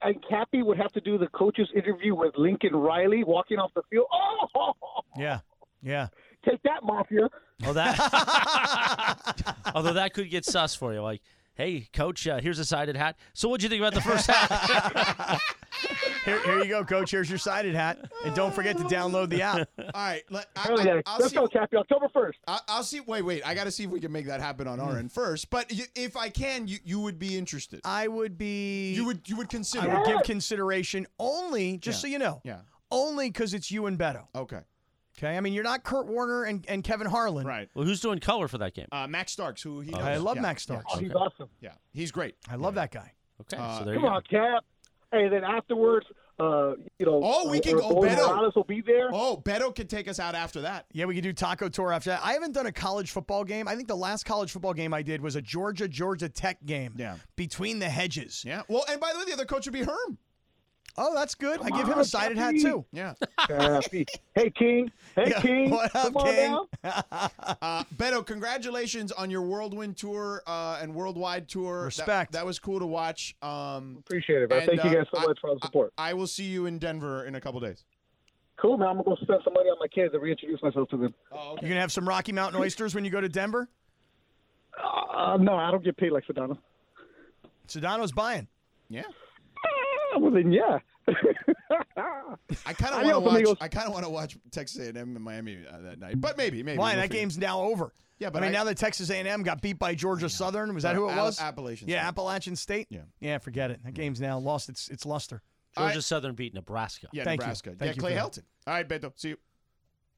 and Cappy would have to do the coach's interview with Lincoln Riley walking off the field. Oh, Yeah, yeah. take that, Mafia. Oh, that. although that could get sus for you. Like, Hey, coach, uh, here's a sided hat. So, what'd you think about the first half? Here, here you go, coach. Here's your sided hat, and don't forget to download the app. All right, let, I, Hell yeah. will Let's see, go, Cappy. October 1st. I, I'll see. Wait, wait. I got to see if we can make that happen on our end first. But y- if I can, you, you would be interested. Hmm. I would be. You would you would I consider. would it. give consideration only, just so you know, Yeah. only because it's you and Beto. Okay. Okay, I mean you're not Kurt Warner and, and Kevin Harlan. Right. well, who's doing color for that game? Uh, Max Starks, who he. I love yeah, Max yeah, Starks. Oh, he's awesome. Yeah, he's great. I love that guy. Okay, Uh, so there you Come go. on, Cap. Hey, then afterwards, uh, you know, Oh, we uh, can go Raul Beto. Morales will be there. Oh, Beto could take us out after that. Yeah, we could do Taco Tour after that. I haven't done a college football game. I think the last college football game I did was a Georgia Georgia Tech game. Yeah. Between the hedges. Yeah. Well, and by the way, the other coach would be Herm. Oh, that's good. I Come give him a on, sided hat Jeffy. too. Yeah. Cappy. Uh, Hey, King. Hey, Yeah, King. what up, Come on King? now. Uh, Beto, congratulations on your Whirlwind tour uh, and Worldwide tour. That- Respect. That, was cool to watch. Um, Appreciate it, man. And, Thank you uh, guys so I- much for all the support. I will see you in Denver in a couple days. cool, man. I'm going to go spend some money on my kids and reintroduce myself to them. Oh, You're gonna have some Rocky Mountain oysters when you go to Denver. Uh, no, I don't get paid like Sedona. Sedano's buying. Yeah. Ah, well, then, yeah. I kind of Adios, want to watch. amigos. I kind of want to watch Texas A&M and Miami uh, that night, but maybe, maybe Why? we'll That figure- game's now over. Yeah, but I mean, I- now that Texas A&M got beat by Georgia Southern, was that who it Al- was? Appalachian Yeah, State. Appalachian State. Yeah. yeah. Forget it. That game's now lost its its luster. All right. Georgia Southern beat Nebraska. Yeah, Thank you. Nebraska. Thank yeah, you Clay for that. Helton. All right, Beto. See you.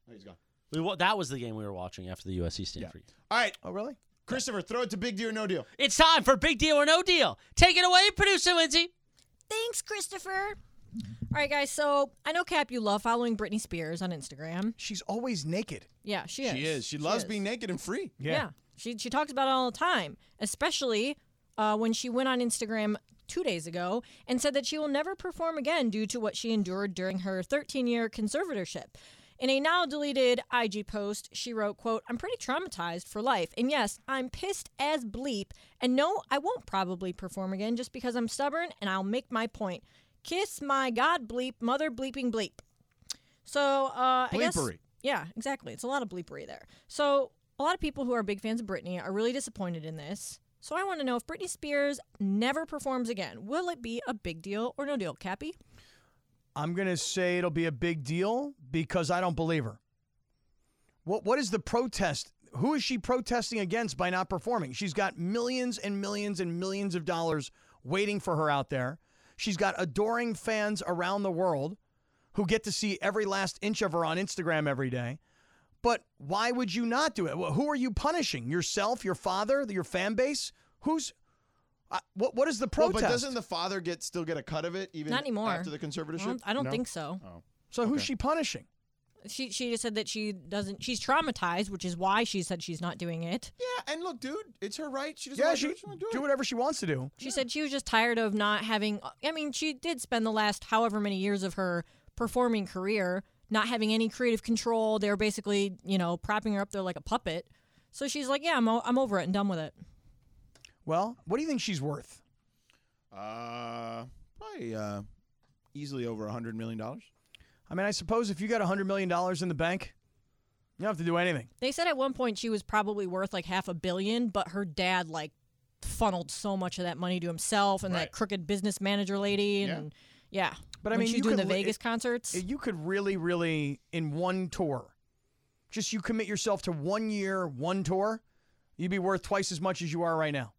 Oh, he's gone. We, wa- that was the game we were watching after the USC Stanford. game. All right, Oh, really? Christopher, throw it to Big Deal or No Deal. It's time for Big Deal or No Deal. Take it away, producer Lindsay. Thanks, Christopher. All right, guys. So I know Cap, you love following Britney Spears on Instagram. She's always naked. Yeah, she is. She is. She loves is. being naked and free. Yeah. She she talks about it all the time, especially uh, when she went on Instagram two days ago and said that she will never perform again due to what she endured during her 13-year conservatorship. In a now deleted IG post, she wrote, quote, I'm pretty traumatized for life. And yes, I'm pissed as bleep. And no, I won't probably perform again just because I'm stubborn and I'll make my point. Kiss my God bleep, mother bleeping bleep. So uh, I guess Bleepery. yeah, exactly. It's a lot of bleepery there. So a lot of people who are big fans of Britney are really disappointed in this. So I want to know if Britney Spears never performs again, will it be a big deal or no deal, Cappy? I'm gonna say it'll be a big deal because I don't believe her. What What is the protest? Who is she protesting against by not performing? She's got millions and millions and millions of dollars waiting for her out there. She's got adoring fans around the world who get to see every last inch of her on Instagram every day. But why would you not do it? Well, Who are you punishing? Yourself, your father, your fan base? Who's uh, what? What is the Well, protest? but doesn't the father get still get a cut of it even Not anymore. after the I conservatorship? don't, I don't No? Oh. think so. so who's she punishing? She she just said that she doesn't. She's traumatized, which is why she said she's not doing it. Yeah, and look, dude, it's her right. She doesn't Yeah, wanna do she it, she wanna do, do it. whatever she wants to do. She said she was just tired of not having. I mean, she did spend the last however many years of her performing career not having any creative control. They were basically, you know, propping her up there like a puppet. So she's like, yeah, I'm, o- I'm over it and done with it. Well, what do you think she's worth? Uh, probably uh, easily over a hundred million dollars. I mean, I suppose if you got $100 million in the bank, you don't have to do anything. They said at one point she was probably worth like half a billion, but her dad like funneled so much of that money to himself and Right. that crooked business manager lady and yeah. But I When mean, she's you doing the could li- Vegas it- concerts. You could really, really, in one tour, just you commit yourself to one year, one tour, you'd be worth twice as much as you are right now.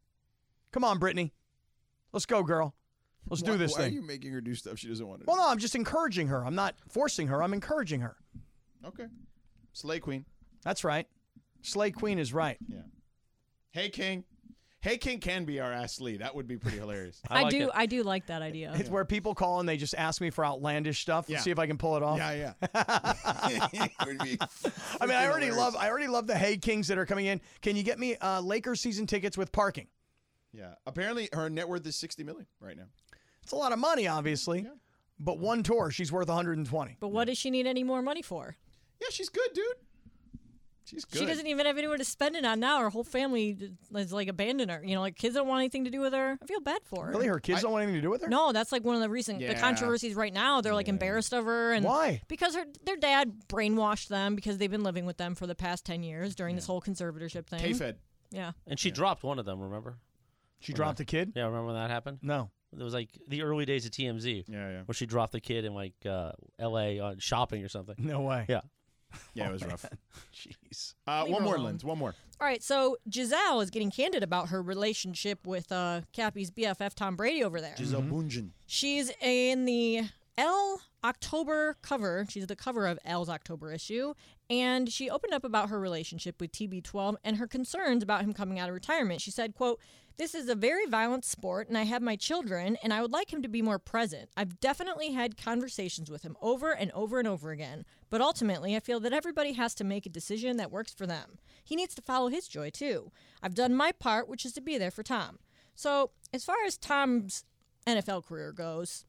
Come on, Brittany. Let's go, girl. Let's Why- do this why thing. Are you making her do stuff she doesn't want to? Well, no, I'm just encouraging her. I'm not forcing her. I'm encouraging her. do? Okay. Slay Queen. That's right. Slay Queen is right. Yeah. Hey King. Hey King can be our ass Lee. That would be pretty hilarious. I, like do it. I do like that idea. It's where people call and they just ask me for outlandish stuff. Yeah. Let's see if I can pull it off. yeah, yeah. It would be I mean, I freaking already hilarious. love I already love the Hay Kings that are coming in. Can you get me uh, Lakers season tickets with parking? Yeah. Apparently her net worth is 60 million right now. It's a lot of money, obviously, but one tour she's worth 120. But what does she need any more money for? Yeah, she's good, dude. She's good. She doesn't even have anywhere to spend it on now. Her whole family is like abandoned her. You know, like kids don't want anything to do with her. I feel bad for her. Really, her kids don't want anything to do with her. No, that's like one of the recent Yeah. the controversies right now. They're like embarrassed of her and Why? Because her their dad brainwashed them because they've been living with them for the past ten years during this whole conservatorship thing. K-Fed. Yeah, And she dropped one of them, remember? She dropped a kid? Yeah, remember when that happened? No. It was like the early days of TMZ. Yeah, yeah. Where she dropped the kid in like uh, L.A. on shopping or something. No way. Yeah. Yeah, it was rough. Jeez. Uh, Leave one her more, alone. Linz. One more. All right, so Giselle is getting candid about her relationship with uh, Cappy's BFF Tom Brady over there. Giselle Bundchen. She's in the Elle October cover. She's the cover of Elle's October issue. And she opened up about her relationship with TB12 and her concerns about him coming out of retirement. She said, quote, this is a very violent sport, and I have my children, and I would like him to be more present. I've definitely had conversations with him over and over and over again, but ultimately, I feel that everybody has to make a decision that works for them. He needs to follow his joy, too. I've done my part, which is to be there for Tom. So, as far as Tom's NFL career goes.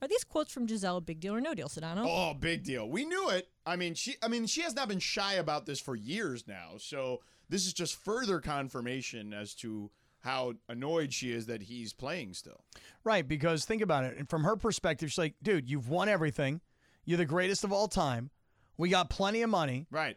Are these quotes from Giselle a big deal or no deal, Sedano? Oh, big deal. We knew it. I mean, she. I mean, she has not been shy about this for years now. So this is just further confirmation as to how annoyed she is that he's playing still. Right, because think about it. And from her perspective, she's like, dude, you've won everything. You're the greatest of all time. We got plenty of money. Right.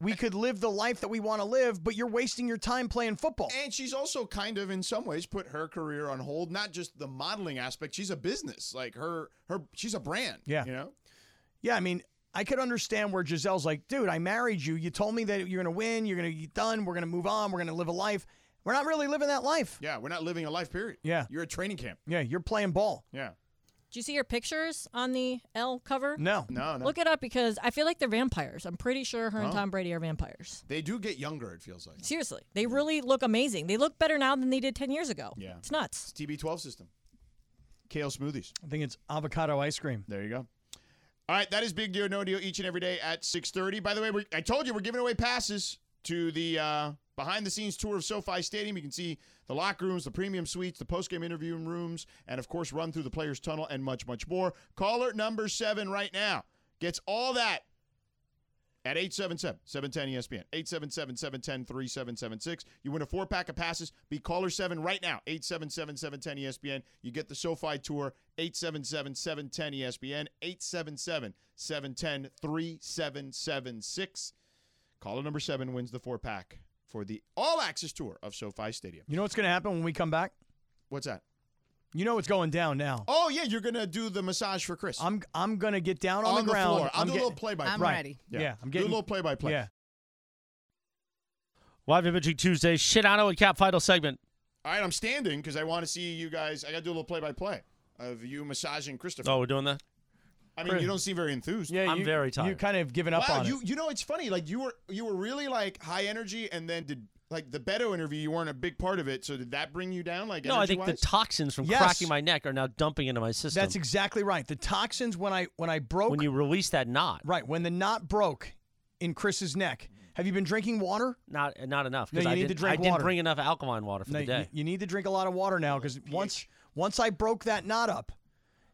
We could live the life that we want to live, but you're wasting your time playing football. And she's also kind of, in some ways, put her career on hold. Not just the modeling aspect. She's a business. Like her, her. She's a brand. Yeah. You know. Yeah, I mean, I could understand where Giselle's like, dude, I married you. You told me that you're going to win. You're going to get done. We're going to move on. We're going to live a life. We're not really living that life. Yeah. We're not living a life. Period. Yeah. You're at training camp. Yeah, you're playing ball. Yeah. Do you see her pictures on the L cover? No. No. No. Look it up because I feel like they're vampires. I'm pretty sure her Oh. and Tom Brady are vampires. they do get younger. It feels like. Seriously, they really look amazing. They look better now than they did 10 years ago. Yeah. It's nuts. TB12 system. Kale smoothies. I think it's avocado ice cream. There you go. All right, that is Big Deal No Deal each and every day at 6:30. By the way, we, I told you we're giving away passes to the uh, behind-the-scenes tour of SoFi Stadium. You can see the locker rooms, the premium suites, the post-game interview rooms, and of course, run through the players' tunnel and much, much more. Caller number seven right now gets all that at 877-710-ESPN, 877-710-3776. You win a four-pack of passes. Be caller 7 right now, 877-710-ESPN. You get the SoFi Tour, E 877-710-ESPN, 877-710-3776. Caller number 7 wins the four-pack for the all-access tour of SoFi Stadium. You know what's going to happen when we come back? What's that? You know what's going down now. Oh, yeah, you're going to do the massage for Chris. I'm I'm going to get down on, the ground. floor. I'll I'm do get- a little play-by-play. I'm right. ready. Yeah. do a I'm getting little play-by-play. Yeah. Live imaging Tuesday. Shitano and Cap final segment. All right, I'm standing because I want to see you guys. I got to do a little play-by-play of you massaging Christopher. Oh, we're doing that. I mean, you don't seem very enthused. Yeah, I'm you- very You tired. kind of given up Wow, on you it. you know it's funny. Like you were you were really like high energy, and then did like the Beto interview. You weren't a big part of it, so did that bring you down? Like No, I think the energy-wise? toxins from Yes. cracking my neck are now dumping into my system. That's exactly right. The toxins when I when I broke when you release that knot. right when the knot broke in Chris's neck. Have you been drinking water? Not not enough No, because you I, need to didn't, I drink didn't water. bring enough alkaline water for No, the you, day. you need to drink a lot of water now because once once I broke that knot up,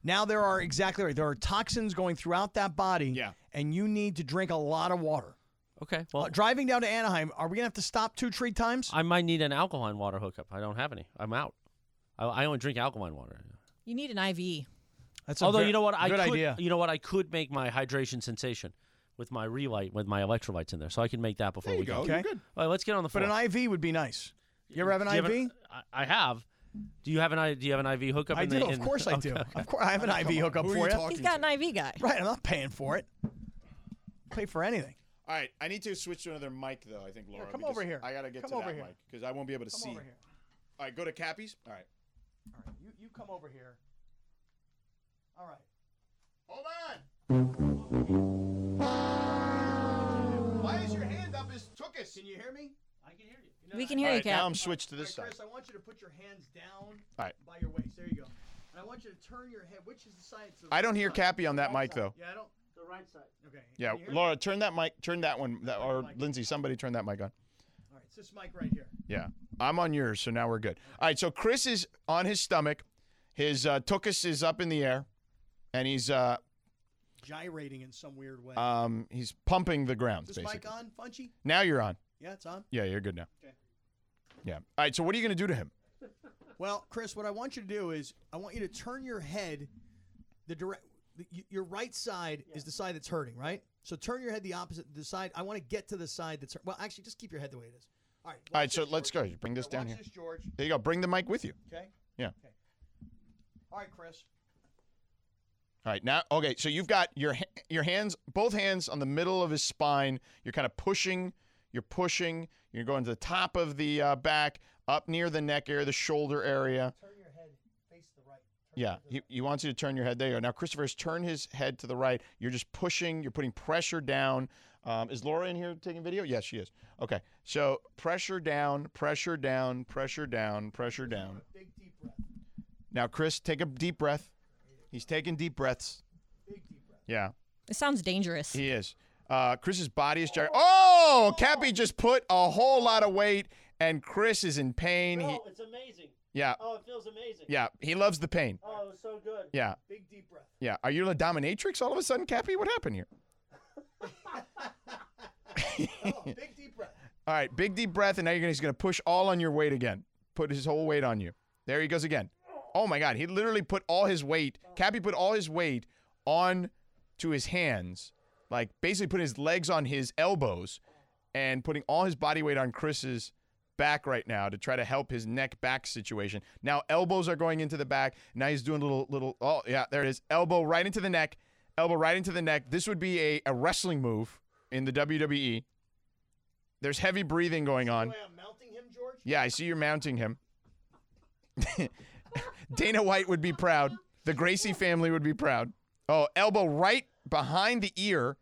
now there are exactly right. There are toxins going throughout that body. Yeah. and you need to drink a lot of water. okay, Uh, well, driving down to Anaheim, are we gonna have to stop two, three times? I might need an alkaline water hookup. I don't have any. I'm out. I, I only drink alkaline water. You need an IV. That's a Although ver- you know what, I good could, idea. You know what, I could make my hydration sensation with my relight with my electrolytes in there, so I can make that before There you we go. go. You're Okay. good. All right, let's get on the But phone. an IV would be nice. You ever have an IV? I I have. Do you have an I? Do you have an IV hookup? I in do. the, Of in- course I Okay. do. Of course I have an IV hookup Who are for you you. talking He's got to? an IV guy. Right, I'm not paying for it. Pay for anything. All right, I need to switch to another mic though. I think Laura. come because over here. I gotta get Come to over that here. mic because I won't be able to see. over here. All right, go to Cappy's. All right, All right, you, you come over here. All right. hold on. Why is your hand up? Is took us? Can you hear me? I can hear you. We can All hear you, right, Cap. now I'm switched to this All right, side. Chris, I want you to put your hands down All right. by your waist. There you go. And I want you to turn your head. Which is the side? It's the I don't right hear side. Cappy on that mic though. Yeah, I don't. The right side. Okay. Yeah, Can you hear me? Laura, turn that mic. Turn that one. That, or Lindsay, somebody turn that mic on. All right, it's this mic right here. Yeah. I'm on yours, so now we're good. All right, so Chris is on his stomach. His uh, tuchus is up in the air, and he's uh, Gyrating in some weird way. um, he's pumping the ground. is this Basically. mic on, Funchy? Now you're on. Yeah, it's on. Yeah, you're good now. Okay. Yeah. All right, so what are you going to do to him? Well, Chris, what I want you to do is I want you to turn your head the direct your right side is the side that's hurting, right? So turn your head the opposite the side. I want to get to the side that's hurt. well, actually just keep your head the way it is. All right. All right, so let's go. You Bring this down here. Watch this, George. There you go. Bring the mic with you. Okay. Yeah. All right, Chris. All right. Now, okay. So you've got your ha- your hands, both hands, on the middle of his spine. You're kind of pushing. You're pushing. You're going to the top of the uh, back, up near the neck area, the shoulder area. Turn your head, face the right. Yeah, he, he wants you to turn your head. There you go. Now, Christopher's turned his head to the right. You're just pushing. You're putting pressure down. Um, is Laura in here taking video? Yes, she is. Okay. So pressure down, pressure down, pressure down, pressure down. Big deep breath. Now, Chris, take a deep breath. He's taking deep breaths. Yeah, It sounds dangerous. he is. Uh, Chris's body is gyrating. Oh, Cappy just put a whole lot of weight, and Chris is in pain. He, it's amazing. yeah, Oh, it feels amazing. yeah, he loves the pain. Oh, it's so good. Yeah, Big deep breath. yeah. Are you a dominatrix all of a sudden, Cappy? What happened here? Oh, big deep breath. All right, big deep breath, and now you're gonna, he's going to push all on your weight again. Put his whole weight on you. There he goes again. Oh my God, he literally put all his weight. Cappy put all his weight on to his hands, like basically putting his legs on his elbows, and putting all his body weight on Chris's back right now to try to help his neck back situation. Now elbows are going into the back. Now he's doing little little. Oh yeah, there it is. Elbow right into the neck. Elbow right into the neck. This would be a, a wrestling move in the E. WWE. There's heavy breathing going on. I'm mounting him, George. Yeah, I see you're mounting him. Dana White would be proud. The Gracie family would be proud. Oh, elbow right behind the ear.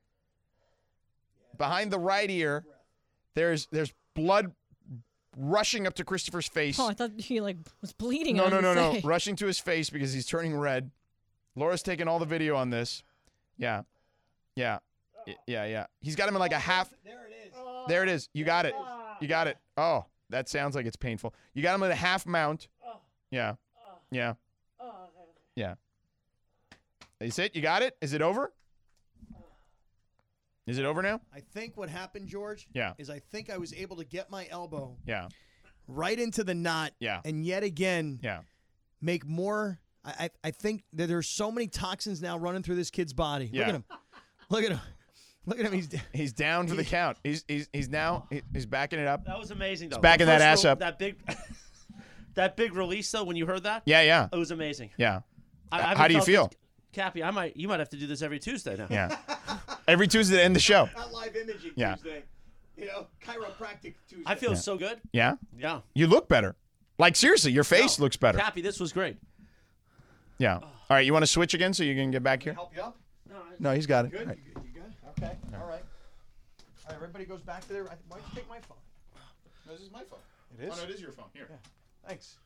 Behind the right ear. There's there's blood rushing up to Christopher's face. Oh, I thought he like was bleeding. No, I no, was no, gonna no. say. Rushing to his face because he's turning red. Laura's taking all the video on this. Yeah. Yeah. Y- Yeah, yeah. He's got him in like a half There it is. Ah. there it is. You got it. You got it. Oh, that sounds like it's painful. You got him at a half mount. Ah. Yeah. Yeah. Yeah. Is it? You got it? Is it over? Is it over now? I think what happened, George, Yeah. is I think I was able to get my elbow Yeah. right into the knot Yeah. and yet again Yeah. make more. I, I, I think that there's so many toxins now running through this kid's body. Look Yeah. at him. Look at him. Look at him. He's He's down for the count. He's he's he's now he- he's backing it up. That was amazing, though. backing The that first ass re- up. That big, that big release, though. When you heard that, Yeah, yeah. it was amazing. Yeah. I, I How haven't do you felt feel? This, Cappy, I might. You might have to do this every Tuesday now. Yeah. Every Tuesday to end the show. not live imaging Yeah. Tuesday. You know, chiropractic Tuesday. I feel so good. Yeah. Yeah. You look better. Like seriously, your face No. looks better. Cappy, this was great. Yeah. All right, you want to switch again so you can get back here? help you up. No, he's got it. All Good. right. You good? You good? Okay. All right. All right. Everybody goes back to their. I- Why don't you take my phone? No, this is my phone. It is. Oh, no, it is your phone. Here. Thanks.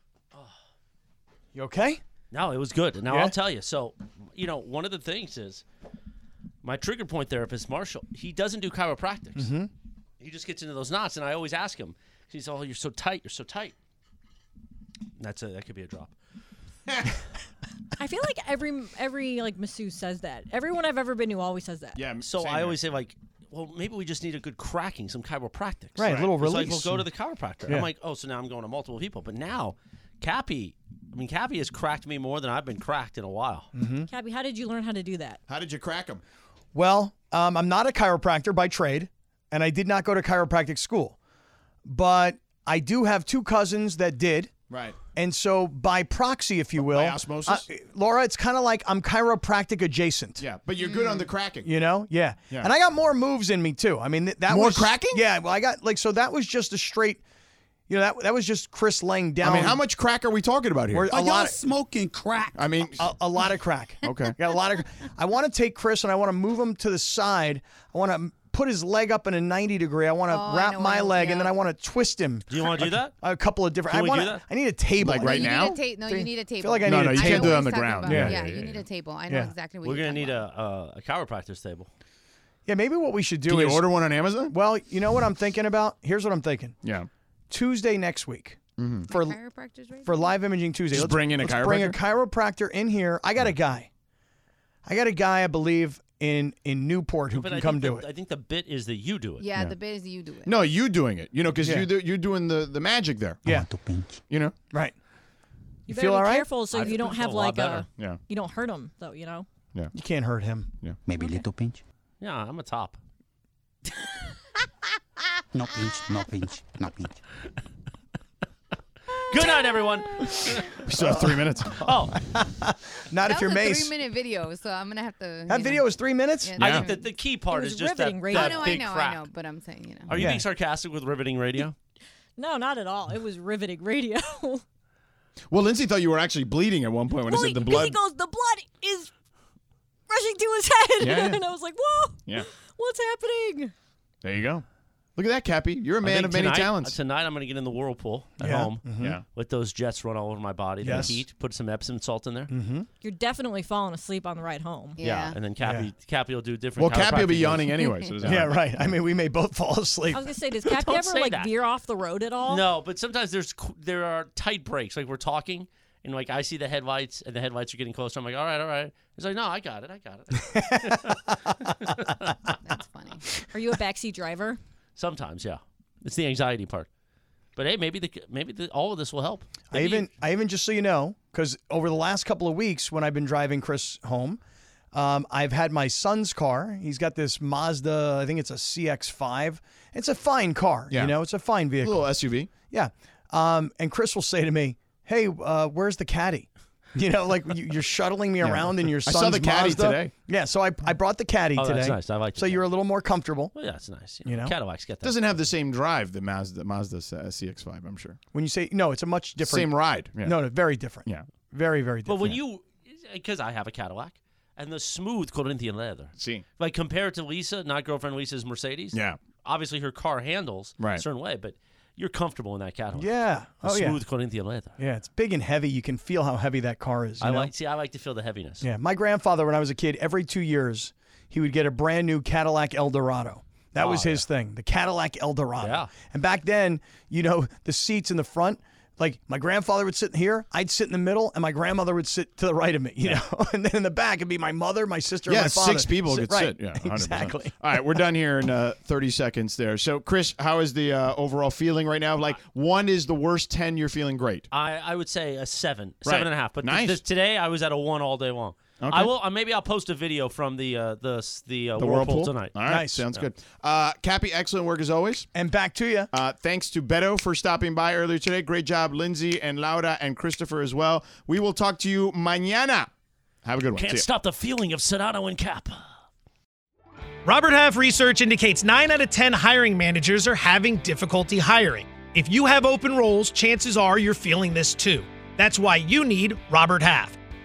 You okay? No, it was good. Now Yeah? I'll tell you. So, you know, one of the things is my trigger point therapist, Marshall. He doesn't do chiropractics. Mm-hmm. He just gets into those knots, and I always ask him. He's oh, you're so tight. You're so tight. That's a that could be a drop. I feel like every every like masseuse says that. Everyone I've ever been to always says that. Yeah. So same I here. always say like, well, maybe we just need a good cracking, some chiropractics. Right, a little It's Like, release. we'll go to the chiropractor. Yeah. I'm like, oh, so now I'm going to multiple people. But now, Cappy, I mean, Cappy has cracked me more than I've been cracked in a while. Mm. Cabby, how did you learn how to do that? How did you crack him? Well, um, I'm not a chiropractor by trade, and I did not go to chiropractic school, but I do have two cousins that did. Right. And so, by proxy, if you will, osmosis? I- Laura, it's kind of like I'm chiropractic adjacent. Yeah, but you're good on the cracking. You know, yeah. Yeah. And I got more moves in me too. I mean, th- that More was cracking? Yeah. Well, I got like so that was just a straight. You know, that that was just Chris laying down. I mean, how much crack are we talking about here? We're- a lot. Of, smoking crack. I mean, a, a lot of crack. Okay. Got a lot of. I want to take Chris and I want to move him to the side. I want to put his leg up in a 90 degree. I want to Oh, I wrap know, my I know, leg and yeah. then I want to twist him. Do you want to do that? A couple of different. Can I we want. do that? I need a table. Like right you now? Need a ta- no, Feel- you need a table. feel like I No, need no, a you I know table. can't do what it on the he's talking ground. about. Yeah, Yeah, yeah, you yeah, need a table. I know Yeah. exactly what We're you're gonna talking need about. a uh, a chiropractor's table. Yeah, maybe what we should do do you is order one on Amazon? Well, you know what I'm thinking about. Here's what I'm thinking. Yeah. Tuesday next week for chiropractor's right. for live imaging Tuesday. Just let's bring in a let's Bring a chiropractor in here. I got a guy. I got a guy I believe in in Newport who But can I come think do the, it. I think the bit is that you do it. yeah, the bit is you do it. No, you doing it. You know, because Yeah. you do, you're doing the, the magic there. Yeah, You know? right. You feel better be all right? careful so you don't feel have a lot like better. a Yeah. you don't hurt them though. You know. You can't hurt him. Maybe little pinch. Yeah, I'm a top. Not pinch, not pinch, not pinch. Good night, everyone. We still have three minutes. Oh, not if you're Mace. Three minute video, so I'm gonna have to. That video is three minutes. Yeah, I think that the key part is just that, I that know, I big know, crack. I know, but I'm saying, you know. Are you Yeah. being sarcastic with riveting radio? No, not at all. It was riveting radio. well, Well, Lindsay thought you were actually bleeding at one point when I he, said the 'cause he blood. goes, the blood is rushing to his head, Yeah, yeah. and I was like, whoa, Yeah. what's happening? There you go. Look at that, Cappy. You're a I man think of many tonight- talents. Tonight I'm going to get in the whirlpool at Yeah. home. Mm-hmm. Mhm. Yeah. Let those jets run all over my body. Yes. The heat. Put some Epsom salt in there. Mm-hmm. You're definitely falling asleep on the ride home. And then Cappy, Cappy will do different. Well, Cappy will be chiropractic yawning moves. anyway. So does that Yeah, matter? right. I mean, we may both fall asleep. I was gonna say, does Cap Don't ever say like that. veer off the road at all? No, but sometimes there's qu- there are tight breaks. Like we're talking, and like I see the headlights, and the headlights are getting closer. I'm like, all right, all right. He's like, no, I got it, I got it. That's funny. Are you a backseat driver? Sometimes, yeah, it's the anxiety part. But hey, maybe the maybe the, all of this will help. I even, I even just so you know, because over the last couple of weeks when I've been driving Chris home, um, I've had my son's car. He's got this Mazda. I think it's a CX-5. It's a fine car. Yeah. You know, it's a fine vehicle. little SUV. Yeah. Um, and Chris will say to me, "Hey, uh, where's the caddy?" You know, like you- you're shuttling me around in your I son's saw the caddy Mazda. today. Yeah, so I, I brought the caddy Oh, today. that's nice. I like the So you're a little more comfortable Well, Oh, yeah, that's nice. You know? Cadillacs get that. Doesn't have the same drive that Mazda Mazda uh, CX-5. I'm sure. when you say no. It's a much different. Same ride. Yeah. No, no, very different. Yeah. Very, very But different. when you, because I have a Cadillac, and the smooth Corinthian leather. See. Like compared to Lisa, not girlfriend Lisa's Mercedes. Yeah. Obviously, her car handles Right. a certain way, but you're comfortable in that Cadillac. yeah. The Oh smooth Corinthian leather. yeah. Yeah, it's big and heavy. You can feel how heavy that car is. you I know? like. See, I like to feel the heaviness. Yeah, my grandfather, when I was a kid, every two years he would get a brand new Cadillac Eldorado. That was his thing, the Cadillac Eldorado. Oh, Yeah. And back then, you know, the seats in the front, like my grandfather would sit here, I'd sit in the middle, and my grandmother would sit to the right of me, you know, and then in the back it'd be my mother, my sister, and Yeah, my father. six people Sit- could right. sit. Yeah, 100%. exactly. All right, we're done here in uh, 30 seconds there. So, Chris, how is the uh, overall feeling right now? Like, one is the worst 10, you're feeling great. I, I would say a seven, Right. seven and a half. But th- Nice. this- today I was at a one all day long. Okay. I will. Uh, maybe I'll post a video from the uh, the s- the, uh, The whirlpool, tonight. All right, Nice. sounds good. Uh, Cappy, excellent work as always. And back to you. Uh, thanks to Beto for stopping by earlier today. Great job, Lindsay and Laura and Christopher as well. We will talk to you mañana. Have a good one. See Can't ya. stop the feeling of Sedano and Cap. Robert Half research indicates 9 out of 10 hiring managers are having difficulty hiring. If you have open roles, chances are you're feeling this too. That's why you need Robert Half.